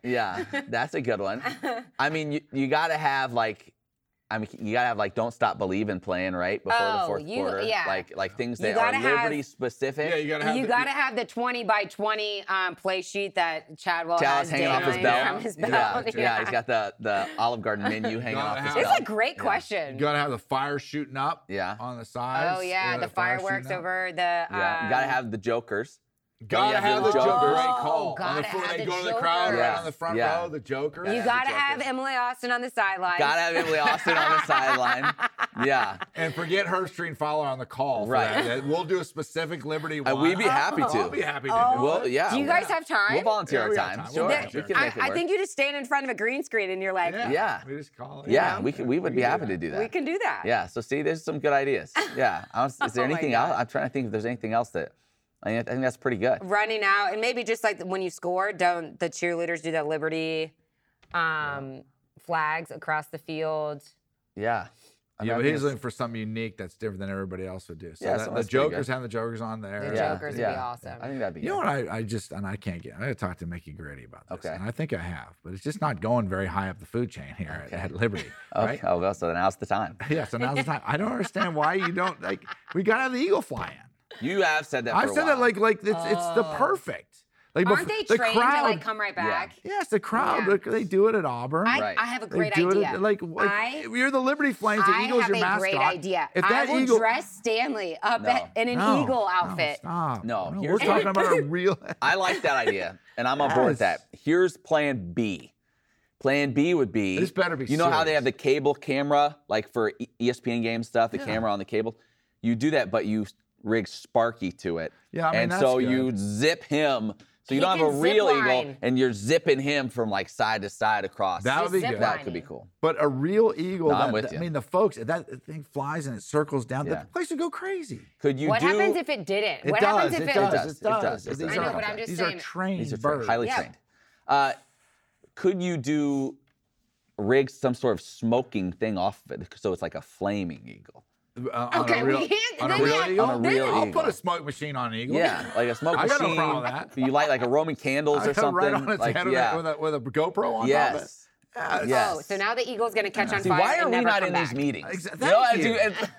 Speaker 3: yeah, that's a good one. I mean, you, you gotta have like, I mean, you gotta have like, don't stop believing playing right before
Speaker 2: Oh,
Speaker 3: the fourth
Speaker 2: you-
Speaker 3: quarter.
Speaker 2: yeah.
Speaker 3: Like, like things
Speaker 2: You
Speaker 3: that are
Speaker 2: gotta have-
Speaker 3: Liberty specific.
Speaker 4: Yeah, you gotta have
Speaker 2: you
Speaker 4: the-
Speaker 2: got to have the 20 by 20 um, play sheet that Chadwell has
Speaker 3: Chalice hanging off his
Speaker 2: dangling
Speaker 3: belt.
Speaker 2: from his
Speaker 3: Yeah,
Speaker 2: belt.
Speaker 3: <laughs> yeah, he's got the the Olive Garden menu hanging
Speaker 4: Gotta
Speaker 3: off his
Speaker 4: have-
Speaker 3: belt.
Speaker 2: It's a great question.
Speaker 4: You gotta have the fire shooting up
Speaker 3: Yeah.
Speaker 4: on the sides.
Speaker 2: oh, yeah, the
Speaker 4: fire
Speaker 2: fireworks
Speaker 4: shooting up.
Speaker 2: over the.
Speaker 3: yeah, you gotta
Speaker 2: um,
Speaker 3: have the jokers.
Speaker 4: Gotta
Speaker 3: have
Speaker 4: have
Speaker 3: the
Speaker 4: the Joker.
Speaker 3: Joker.
Speaker 4: Great call.
Speaker 2: Oh, Gotta
Speaker 4: on the fir-
Speaker 2: have
Speaker 4: they
Speaker 2: the
Speaker 4: go to the crowd
Speaker 2: Joker.
Speaker 4: right on the front
Speaker 3: Yeah.
Speaker 4: row. The Joker.
Speaker 2: You
Speaker 3: got-
Speaker 2: gotta have Emily Austin on the sideline.
Speaker 3: Gotta have Emily Austin on the
Speaker 2: <laughs>
Speaker 3: sideline. Yeah.
Speaker 4: and forget her and Fowler on the call. for
Speaker 3: Right.
Speaker 4: that. We'll do a specific Liberty.
Speaker 3: Uh,
Speaker 4: one.
Speaker 3: we'd be happy
Speaker 4: I'll
Speaker 3: to.
Speaker 4: be happy to.
Speaker 2: Oh.
Speaker 4: do
Speaker 3: Well,
Speaker 4: it.
Speaker 3: yeah.
Speaker 2: Do you guys have time?
Speaker 3: We'll volunteer
Speaker 4: Yeah,
Speaker 3: our
Speaker 4: we got
Speaker 3: time.
Speaker 4: time.
Speaker 3: Sure.
Speaker 4: We'll
Speaker 3: We
Speaker 4: volunteer.
Speaker 3: can
Speaker 2: I,
Speaker 3: make it
Speaker 2: I
Speaker 3: work.
Speaker 2: think you just stand in front of a green screen and you're like,
Speaker 4: Yeah.
Speaker 3: Yeah.
Speaker 4: We just call it.
Speaker 3: yeah, we could, we would be
Speaker 4: do
Speaker 3: happy
Speaker 4: that.
Speaker 3: to do that.
Speaker 2: we can do that.
Speaker 3: Yeah. So see, there's some good <laughs> ideas. Yeah. I was, is there
Speaker 2: Oh my
Speaker 3: anything
Speaker 2: God.
Speaker 3: else? I'm trying to think if there's anything else that I, mean, I think that's pretty good.
Speaker 2: Running out, and maybe just like when you score, don't the cheerleaders do the Liberty um, flags across the field?
Speaker 3: Yeah. I mean,
Speaker 4: Yeah,
Speaker 3: I
Speaker 4: but
Speaker 3: think
Speaker 4: he's
Speaker 3: it's-
Speaker 4: looking for something unique that's different than everybody else would do. So
Speaker 3: Yeah,
Speaker 4: that-
Speaker 3: so
Speaker 4: the
Speaker 3: that's pretty
Speaker 4: Joker's
Speaker 3: good.
Speaker 4: having the Joker's on there.
Speaker 2: The
Speaker 3: yeah,
Speaker 2: Jokers would be
Speaker 3: yeah.
Speaker 2: awesome.
Speaker 3: I think that'd be
Speaker 4: You know
Speaker 3: good.
Speaker 4: what? I, I just and I can't get. I gotta talk to Mickey Gritty about this.
Speaker 3: Okay.
Speaker 4: And I think I have, but it's just not going very high up the food chain here at-
Speaker 3: Okay.
Speaker 4: at,
Speaker 3: <laughs>
Speaker 4: Liberty,
Speaker 3: Okay.
Speaker 4: right?
Speaker 3: Oh, well, so now's the time.
Speaker 4: Yeah. So now's the time. I don't understand why you don't like. We gotta have the
Speaker 3: <laughs>
Speaker 4: eagle flying.
Speaker 3: <laughs> You have said that.
Speaker 4: I've
Speaker 3: for a
Speaker 4: said that
Speaker 3: while.
Speaker 4: like like it's it's the
Speaker 2: Oh.
Speaker 4: perfect. Like
Speaker 2: Aren't
Speaker 4: bef-
Speaker 2: they
Speaker 4: the
Speaker 2: trained
Speaker 4: crowd,
Speaker 2: to like come right back?
Speaker 4: Yes, the crowd.
Speaker 2: Yeah.
Speaker 4: Look, they do it at Auburn.
Speaker 2: I,
Speaker 3: Right.
Speaker 2: I have a
Speaker 4: They
Speaker 2: great
Speaker 4: do it
Speaker 2: idea.
Speaker 4: at- like, like
Speaker 2: I-
Speaker 4: you're the Liberty Flames. The
Speaker 2: I
Speaker 4: Eagle's
Speaker 2: have
Speaker 4: your
Speaker 2: a
Speaker 4: mascot.
Speaker 2: great idea.
Speaker 4: If that
Speaker 2: I will
Speaker 4: Eagle,
Speaker 2: dress Stanley up
Speaker 3: No.
Speaker 2: at- in an
Speaker 4: No,
Speaker 2: eagle
Speaker 4: no,
Speaker 2: outfit.
Speaker 4: stop.
Speaker 3: No,
Speaker 4: we're
Speaker 3: here's-
Speaker 4: talking about <laughs> a real.
Speaker 3: I like that idea, and I'm on board with
Speaker 4: Yes.
Speaker 3: that. Here's Plan B. Plan B would be.
Speaker 4: This better be
Speaker 3: You know how they
Speaker 4: serious.
Speaker 3: have the cable camera, like for E- ESPN game stuff, the
Speaker 4: Yeah.
Speaker 3: camera on the cable. You do that, but you rig Sparky to it.
Speaker 4: Yeah, I mean,
Speaker 3: and
Speaker 4: that's
Speaker 3: so
Speaker 4: good.
Speaker 3: you zip him, so
Speaker 2: He
Speaker 3: you don't have a
Speaker 2: can zip
Speaker 3: real eagle,
Speaker 2: line.
Speaker 3: and you're zipping him from like side to side across.
Speaker 4: That would be
Speaker 2: Zip
Speaker 4: good.
Speaker 3: That
Speaker 2: line.
Speaker 3: could be cool.
Speaker 4: But a real eagle.
Speaker 3: No, I'm
Speaker 4: that-
Speaker 3: with
Speaker 4: that-
Speaker 3: you.
Speaker 4: I mean, the folks. if That thing flies and it circles down.
Speaker 3: Yeah.
Speaker 4: The place would go crazy.
Speaker 3: Could you
Speaker 2: what
Speaker 3: do?
Speaker 2: happens if it didn't?
Speaker 4: It
Speaker 2: what
Speaker 4: does.
Speaker 2: happens
Speaker 4: It
Speaker 2: if it,
Speaker 4: does. It
Speaker 3: It does,
Speaker 4: does.
Speaker 3: it
Speaker 4: These
Speaker 3: does.
Speaker 4: are-
Speaker 3: I know, but I'm
Speaker 2: just
Speaker 4: these
Speaker 2: saying-
Speaker 4: are
Speaker 2: These
Speaker 4: trained
Speaker 3: These are tra-
Speaker 4: birds.
Speaker 3: highly
Speaker 2: Yeah.
Speaker 3: trained. Uh, could you do rig some sort of smoking thing off of it so it's like a flaming eagle?
Speaker 4: Uh, on
Speaker 2: Okay,
Speaker 4: a
Speaker 2: we
Speaker 4: real,
Speaker 2: can't-
Speaker 4: on a
Speaker 2: then
Speaker 4: real
Speaker 2: yeah,
Speaker 4: eagle.
Speaker 3: on a real
Speaker 4: Oh, I'll
Speaker 3: eagle.
Speaker 4: put a smoke machine on an eagle. <laughs>
Speaker 3: Yeah, like a smoke
Speaker 4: I got
Speaker 3: machine.
Speaker 4: no problem with that.
Speaker 3: You light like a
Speaker 4: <laughs>
Speaker 3: Roman candles or
Speaker 4: I got
Speaker 3: something.
Speaker 4: right on its
Speaker 3: like,
Speaker 4: head with
Speaker 3: yeah.
Speaker 4: a- with, a, with a GoPro on top of it.
Speaker 3: yes.
Speaker 4: Yeah,
Speaker 3: Yes.
Speaker 2: Oh, so now the eagle's gonna catch on
Speaker 3: See,
Speaker 2: fire.
Speaker 3: why are
Speaker 2: and
Speaker 3: we
Speaker 2: never
Speaker 3: not
Speaker 2: come
Speaker 3: in
Speaker 2: back.
Speaker 3: these meetings?
Speaker 4: Exa-
Speaker 3: I
Speaker 4: thank
Speaker 3: do-
Speaker 4: you.
Speaker 3: and-
Speaker 2: <laughs>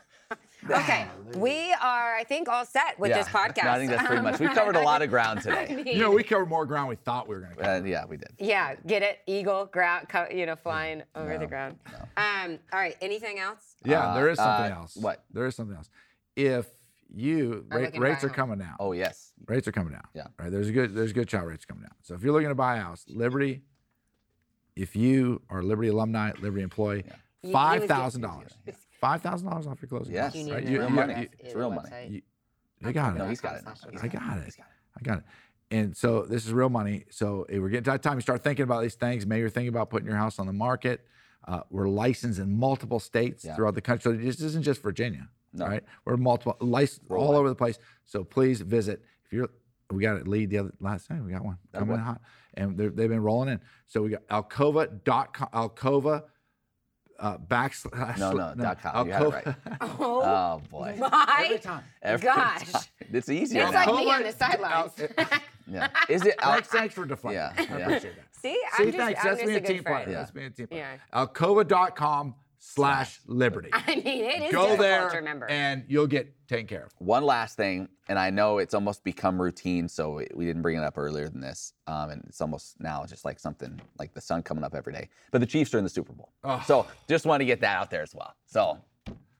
Speaker 3: <laughs>
Speaker 2: Okay, we are, I think, all set with
Speaker 3: yeah.
Speaker 2: this podcast.
Speaker 3: No, I think that's pretty much. We
Speaker 2: <laughs>
Speaker 3: covered a lot of ground
Speaker 2: I
Speaker 3: today.
Speaker 2: mean,
Speaker 4: You know, we covered more ground we thought we were going to cover.
Speaker 3: Uh, yeah, we did.
Speaker 2: yeah, get it, eagle, ground, co- you know, flying over the ground. Um, all right, anything else?
Speaker 4: Yeah,
Speaker 3: Uh,
Speaker 4: there is something
Speaker 3: uh,
Speaker 4: else.
Speaker 3: what?
Speaker 4: There is something else. If you
Speaker 2: Are
Speaker 4: ra-
Speaker 2: looking to
Speaker 4: rates
Speaker 2: buy
Speaker 4: are
Speaker 2: a home.
Speaker 4: coming down.
Speaker 3: Oh yes.
Speaker 4: Rates are coming down.
Speaker 3: Yeah.
Speaker 4: Right. There's a good there's good child rates coming down. So if you're looking to buy a house, Liberty, if you are a Liberty alumni, Liberty employee,
Speaker 2: You- you would
Speaker 4: five
Speaker 2: get-
Speaker 4: thoushed dollars. Five thousand dollars off your closing.
Speaker 3: Yes.
Speaker 4: costs,
Speaker 2: You
Speaker 3: You
Speaker 2: need
Speaker 4: Right?
Speaker 2: to
Speaker 3: you-
Speaker 2: know
Speaker 3: you-
Speaker 2: about
Speaker 3: money.
Speaker 2: that.
Speaker 3: It's real money.
Speaker 2: website.
Speaker 4: you- I got it.
Speaker 3: No, he's got it. now. He's
Speaker 4: I got it.
Speaker 3: He's got
Speaker 4: I got it. And so this is real money. So eh, we're getting to that time. You start thinking about these things. Maybe you're thinking about putting your house on the market. Uh, we're licensed in multiple states
Speaker 3: Yeah.
Speaker 4: throughout the country. So this isn't just Virginia,
Speaker 3: No.
Speaker 4: right? We're multiple licensed all
Speaker 3: Worldwide.
Speaker 4: over the place. So please visit. If you're, we got a lead the other last time. We got one
Speaker 3: Got
Speaker 4: coming
Speaker 3: one.
Speaker 4: in hot, and they're- they've been rolling in. So we got Alcova.com, Alcova uh, backslash.
Speaker 3: No, no, dot com. You had it right.
Speaker 4: <laughs>
Speaker 3: it.
Speaker 2: Oh,
Speaker 3: Oh boy.
Speaker 2: <laughs> my
Speaker 3: Every
Speaker 2: gosh.
Speaker 3: time. It's easier
Speaker 2: It's
Speaker 3: now.
Speaker 2: like me on the
Speaker 4: <laughs>
Speaker 2: sidelines.
Speaker 3: yeah.
Speaker 2: <laughs>
Speaker 3: Is it out?
Speaker 4: Thanks, thanks for deflecting.
Speaker 3: Yeah,
Speaker 4: I
Speaker 3: yeah.
Speaker 4: appreciate that.
Speaker 2: See,
Speaker 4: See,
Speaker 2: I'm just,
Speaker 4: thanks.
Speaker 2: I'm
Speaker 4: That's
Speaker 2: just
Speaker 4: me
Speaker 2: a
Speaker 4: a
Speaker 2: good
Speaker 4: team player.
Speaker 2: friend.
Speaker 4: That's me a team player.
Speaker 2: Yeah.
Speaker 4: Alcova.com slash liberty.
Speaker 2: <laughs> I mean, it is
Speaker 4: Go
Speaker 2: difficult
Speaker 4: there
Speaker 2: to remember.
Speaker 4: and you'll get taken care of.
Speaker 3: One last thing, and I know it's almost become routine, so it- we didn't bring it up earlier than this, um, and it's almost now just like something like the sun coming up every day. But the Chiefs are in the Super Bowl,
Speaker 4: Oh.
Speaker 3: so just want to get that out there as well. So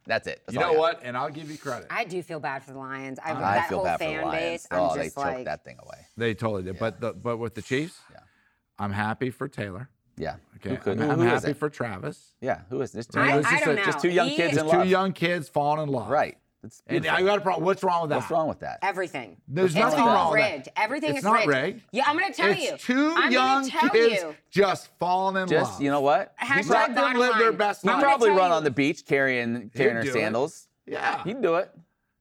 Speaker 3: that's it. That's
Speaker 4: You
Speaker 3: all I
Speaker 4: know
Speaker 3: got.
Speaker 4: what? And I'll give you credit.
Speaker 2: I do feel bad for the Lions. I,
Speaker 3: I
Speaker 2: that
Speaker 3: feel
Speaker 2: whole
Speaker 3: bad for
Speaker 2: fan
Speaker 3: the Lions.
Speaker 2: base.
Speaker 3: oh,
Speaker 2: I'm
Speaker 3: they
Speaker 2: just
Speaker 3: choked
Speaker 2: like,
Speaker 3: that thing away.
Speaker 4: They totally did. But the but with the Chiefs,
Speaker 3: Yeah.
Speaker 4: I'm happy for Taylor.
Speaker 3: Yeah.
Speaker 4: Okay.
Speaker 3: could-
Speaker 4: I'm, I'm
Speaker 3: who is
Speaker 4: happy
Speaker 3: it?
Speaker 4: for Travis.
Speaker 3: Yeah. Who is this? Two
Speaker 2: I,
Speaker 3: young-
Speaker 4: was
Speaker 2: I
Speaker 4: just
Speaker 2: don't
Speaker 4: a-
Speaker 2: know.
Speaker 4: just
Speaker 3: two young
Speaker 2: He-
Speaker 3: kids in
Speaker 4: Two
Speaker 3: love.
Speaker 4: young kids falling in love.
Speaker 3: Right. It's
Speaker 4: And
Speaker 3: beautiful.
Speaker 4: I got a problem. What's wrong with that?
Speaker 3: What's wrong with that?
Speaker 2: Everything.
Speaker 4: There's
Speaker 2: it's
Speaker 4: nothing
Speaker 2: all
Speaker 4: wrong with that.
Speaker 2: rigged. Everything
Speaker 4: It's
Speaker 2: is
Speaker 4: not
Speaker 2: rigged.
Speaker 4: rigged.
Speaker 2: Yeah, I'm gonna tell
Speaker 4: it's
Speaker 2: you.
Speaker 4: two
Speaker 2: I'm
Speaker 4: young
Speaker 2: gonna tell
Speaker 4: kids
Speaker 2: you.
Speaker 4: just falling in love.
Speaker 3: Just you know what?
Speaker 2: Hashtag
Speaker 4: let them
Speaker 2: bottom
Speaker 4: live
Speaker 2: line.
Speaker 4: their best
Speaker 3: He
Speaker 2: I'm
Speaker 4: life.
Speaker 2: gonna
Speaker 3: probably
Speaker 2: tell
Speaker 3: run
Speaker 2: you.
Speaker 3: on the beach carrying carrying her
Speaker 4: do it.
Speaker 3: sandals.
Speaker 4: Yeah.
Speaker 3: He'd do it.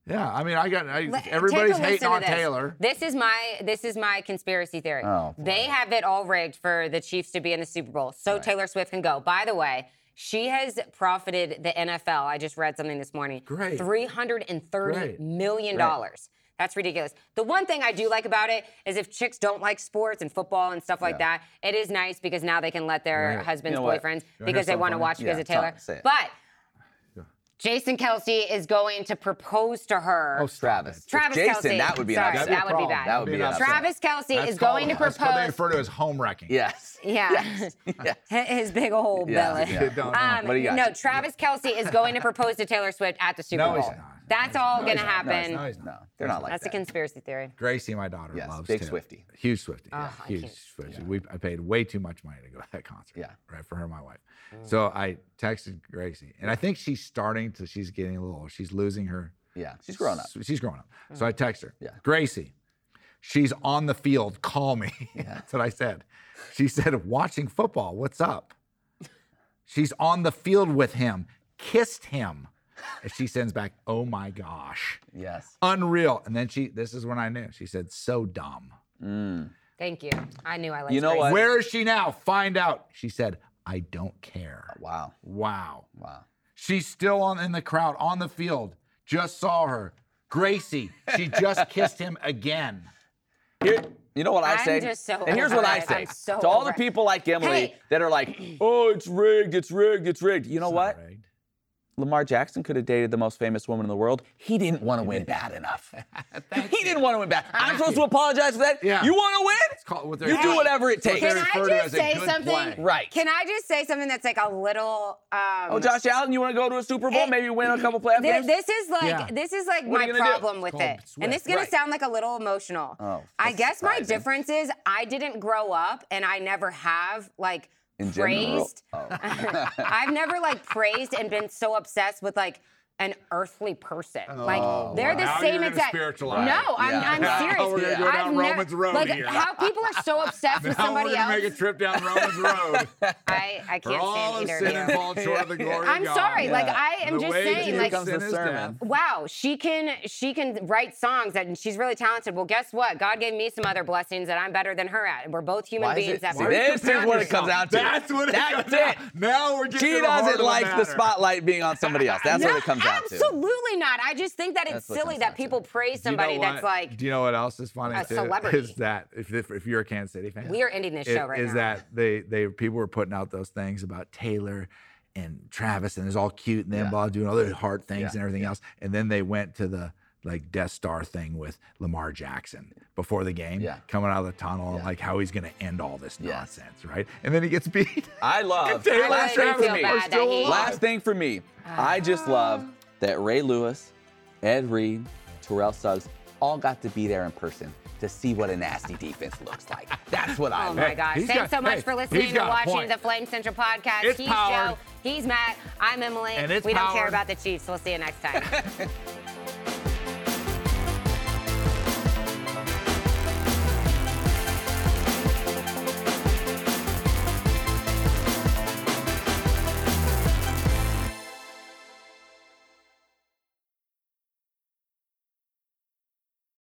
Speaker 4: Yeah. I mean, I got I,
Speaker 2: Let- take a
Speaker 4: everybody's
Speaker 2: listen
Speaker 4: hating
Speaker 2: to
Speaker 4: on
Speaker 2: this.
Speaker 4: Taylor.
Speaker 2: This is my this is my conspiracy theory.
Speaker 3: Oh, boy.
Speaker 2: they have it all rigged for the Chiefs to be in the Super Bowl, so Taylor Swift can go. By the way, she has profited the NFL. I just read something this morning.
Speaker 4: Great.
Speaker 2: three hundred and thirty
Speaker 4: Great.
Speaker 2: million dollars. That's ridiculous. The one thing I do like about it is if chicks don't like sports and football and stuff like
Speaker 3: Yeah.
Speaker 2: that, it is nice because now they can let their
Speaker 4: Right.
Speaker 2: husbands,
Speaker 3: You know
Speaker 2: boyfriends,
Speaker 3: what?
Speaker 4: wanna hear
Speaker 2: because they want to
Speaker 4: something
Speaker 2: watch
Speaker 3: funny?
Speaker 2: because
Speaker 3: Yeah,
Speaker 2: of Taylor.
Speaker 3: tell- say it.
Speaker 2: But Jason Kelsey is going to propose to her.
Speaker 4: Oh, stop
Speaker 3: Travis.
Speaker 4: it.
Speaker 2: Travis
Speaker 3: Jason,
Speaker 2: Kelce.
Speaker 3: that would be an
Speaker 2: Sorry,
Speaker 3: upset.
Speaker 2: that would be
Speaker 4: That'd be a
Speaker 2: bad.
Speaker 4: problem.
Speaker 3: That would be an
Speaker 4: That'd be
Speaker 3: upset.
Speaker 4: an
Speaker 2: Travis Kelsey
Speaker 4: That's
Speaker 2: is going to
Speaker 4: called- that's what they
Speaker 2: propose.
Speaker 4: refer to as home wrecking.
Speaker 3: Yes.
Speaker 2: Yeah. <laughs>
Speaker 3: Yes.
Speaker 2: His big old
Speaker 3: Yeah,
Speaker 2: belly.
Speaker 3: yeah.
Speaker 4: Don't-
Speaker 2: Um,
Speaker 3: What do you got?
Speaker 2: no, Travis Kelsey is going to propose to Taylor Swift at the Super
Speaker 4: No,
Speaker 2: Bowl.
Speaker 4: he's not.
Speaker 2: That's all
Speaker 4: No,
Speaker 2: gonna
Speaker 4: he's not. No, he's
Speaker 2: happen.
Speaker 4: not. He's not.
Speaker 3: No, they're not like
Speaker 2: That's a
Speaker 3: that.
Speaker 2: conspiracy theory.
Speaker 4: Gracie, my daughter,
Speaker 3: Yes,
Speaker 4: loves
Speaker 3: big
Speaker 4: Taylor.
Speaker 3: Swifty.
Speaker 4: Huge Swifty. yeah,
Speaker 2: Ugh, Ah, I
Speaker 4: huge
Speaker 2: can't-
Speaker 4: Swifty. We I paid way too much money to go to that concert.
Speaker 3: Yeah.
Speaker 4: Right for her, and my wife.
Speaker 2: Mm.
Speaker 4: So I texted Gracie, and I think she's starting to. She's getting a little. She's losing her.
Speaker 3: Yeah, she's grown up.
Speaker 4: She's growing up.
Speaker 2: Mm.
Speaker 4: So I text her.
Speaker 3: Yeah.
Speaker 4: Gracie, she's on the field. Call me. <laughs> That's what I said. She said, watching football. What's up? She's on the field with him. Kissed him. And she sends back, oh my gosh.
Speaker 3: Yes.
Speaker 4: Unreal. And then she, this is when I knew. She said, so dumb.
Speaker 2: Thank you. I knew I liked
Speaker 3: You know
Speaker 2: Grace.
Speaker 3: what?
Speaker 4: Where is she now? Find out. She said, I don't care.
Speaker 3: Wow.
Speaker 4: Wow.
Speaker 3: Wow.
Speaker 4: She's still on in the crowd on the field. Just saw her. Gracie, she just kissed him again.
Speaker 3: Here, you know what I
Speaker 2: I'm
Speaker 3: say?
Speaker 2: just so
Speaker 3: and here's what
Speaker 2: over
Speaker 3: I
Speaker 2: it.
Speaker 3: say
Speaker 2: I'm so
Speaker 3: to all the
Speaker 2: over it.
Speaker 3: people like Emily
Speaker 2: Hey.
Speaker 3: that are like, "Oh, it's rigged, it's rigged, it's rigged." You know
Speaker 4: It's
Speaker 3: what?
Speaker 4: not rigged.
Speaker 3: Lamar Jackson could have dated the most famous woman in the world. He didn't want to win bad
Speaker 4: <laughs>
Speaker 3: enough. he didn't want to win bad. I'm supposed to apologize for that.
Speaker 4: Yeah.
Speaker 3: You want to win?
Speaker 4: It's called what
Speaker 3: You
Speaker 4: they're-
Speaker 3: do whatever it takes.
Speaker 4: they're
Speaker 2: Can I
Speaker 4: referred to
Speaker 2: just
Speaker 4: as a
Speaker 2: say
Speaker 4: good
Speaker 2: something?
Speaker 4: play.
Speaker 3: Right.
Speaker 2: Can I just say something that's like a little? Um,
Speaker 3: oh, Josh Allen, you want to go to a Super Bowl?
Speaker 2: it-
Speaker 3: maybe win a couple playoff
Speaker 2: Th-
Speaker 3: games.
Speaker 2: this is like
Speaker 4: Yeah.
Speaker 2: this is like
Speaker 3: What are
Speaker 2: my
Speaker 3: you gonna do?
Speaker 2: problem with
Speaker 4: Called
Speaker 2: it,
Speaker 4: Swift,
Speaker 2: and this is gonna
Speaker 3: right.
Speaker 2: sound like a little emotional.
Speaker 3: Oh,
Speaker 2: I
Speaker 3: that's
Speaker 2: guess my
Speaker 3: surprising.
Speaker 2: difference is I didn't grow up, and I never have like
Speaker 3: In general.
Speaker 2: praised.
Speaker 3: Oh.
Speaker 2: <laughs> I've never like praised and been so obsessed with like an earthly person. like they're the
Speaker 4: Oh, wow. Now
Speaker 2: same
Speaker 4: you're gonna
Speaker 2: exact.
Speaker 4: spiritualize
Speaker 2: No,
Speaker 4: it.
Speaker 2: I'm,
Speaker 3: Yeah.
Speaker 4: <laughs>
Speaker 2: I'm
Speaker 3: Now
Speaker 2: serious.
Speaker 4: we're gonna go down
Speaker 2: I've nev-
Speaker 4: Romans Road
Speaker 2: like
Speaker 4: here.
Speaker 2: how people are
Speaker 4: <laughs>
Speaker 2: so obsessed with
Speaker 4: Now
Speaker 2: somebody
Speaker 4: we're gonna
Speaker 2: else.
Speaker 4: make a trip down Romans Road.
Speaker 2: I I
Speaker 4: We're
Speaker 2: can't
Speaker 4: all
Speaker 2: stand
Speaker 4: of
Speaker 2: either
Speaker 4: sin
Speaker 2: of
Speaker 4: and
Speaker 2: you.
Speaker 4: fall short of the glory
Speaker 2: I'm
Speaker 4: of God.
Speaker 2: sorry. Like I am
Speaker 4: The
Speaker 2: just
Speaker 4: wage
Speaker 2: saying.
Speaker 4: of
Speaker 2: Like
Speaker 4: sin
Speaker 3: comes the
Speaker 4: is
Speaker 3: sermon.
Speaker 4: death.
Speaker 2: wow she can she can write songs and she's really talented well guess what god gave me some other blessings that i'm better than her at and we're both human
Speaker 3: Why is
Speaker 2: beings
Speaker 3: it-
Speaker 2: that
Speaker 3: See,
Speaker 2: were-
Speaker 3: this is
Speaker 4: Compare
Speaker 3: what it comes
Speaker 4: yourself.
Speaker 3: down to.
Speaker 4: That's what it
Speaker 3: That's
Speaker 4: comes down.
Speaker 3: it.
Speaker 4: Now we're getting
Speaker 3: she
Speaker 4: to the heart of
Speaker 3: doesn't
Speaker 4: the
Speaker 3: like the
Speaker 4: matter.
Speaker 3: spotlight being on somebody else. That's
Speaker 2: no,
Speaker 4: <laughs>
Speaker 3: what it comes down to.
Speaker 2: absolutely not i just think that it's
Speaker 3: That's what it
Speaker 2: silly
Speaker 3: comes down
Speaker 2: that
Speaker 3: to.
Speaker 2: people praise
Speaker 4: Do you know
Speaker 2: somebody that's
Speaker 4: what-
Speaker 2: like
Speaker 4: Do you know what else is funny?
Speaker 2: a
Speaker 4: too? <laughs>
Speaker 2: celebrity.
Speaker 4: Is that if, if, if you're a Kansas City fan,
Speaker 2: We are ending this
Speaker 4: it-
Speaker 2: show right
Speaker 4: Is
Speaker 2: now.
Speaker 4: that they they people were putting out those things about Taylor and Travis and it's all cute and them blah doing all their heart things and everything else, and then they went to the like Death Star thing with Lamar Jackson before the game,
Speaker 3: Yeah.
Speaker 4: coming out of the tunnel, and like how he's going to end all this
Speaker 3: Yeah.
Speaker 4: nonsense, right? And then he gets beat.
Speaker 3: <laughs> I love.
Speaker 4: Taylor
Speaker 2: I
Speaker 3: Last
Speaker 2: really do
Speaker 3: thing for
Speaker 2: feel
Speaker 3: me.
Speaker 2: bad that he-
Speaker 3: Last thing for me. I just love that Ray Lewis, Ed Reed, Terrell Suggs all got to be there in person to see what a nasty defense looks like. That's what I
Speaker 2: Oh
Speaker 3: love.
Speaker 2: my gosh.
Speaker 4: he's
Speaker 2: Thanks
Speaker 4: got-
Speaker 2: so much
Speaker 4: hey,
Speaker 2: for
Speaker 4: he's
Speaker 2: listening and
Speaker 4: got a
Speaker 2: watching
Speaker 4: point.
Speaker 2: the Flame Central podcast.
Speaker 4: It's
Speaker 2: he's
Speaker 4: powered.
Speaker 2: Joe. He's Matt. I'm Emily.
Speaker 4: And it's
Speaker 2: we don't care
Speaker 4: powered.
Speaker 2: about the Chiefs. We'll see you next time.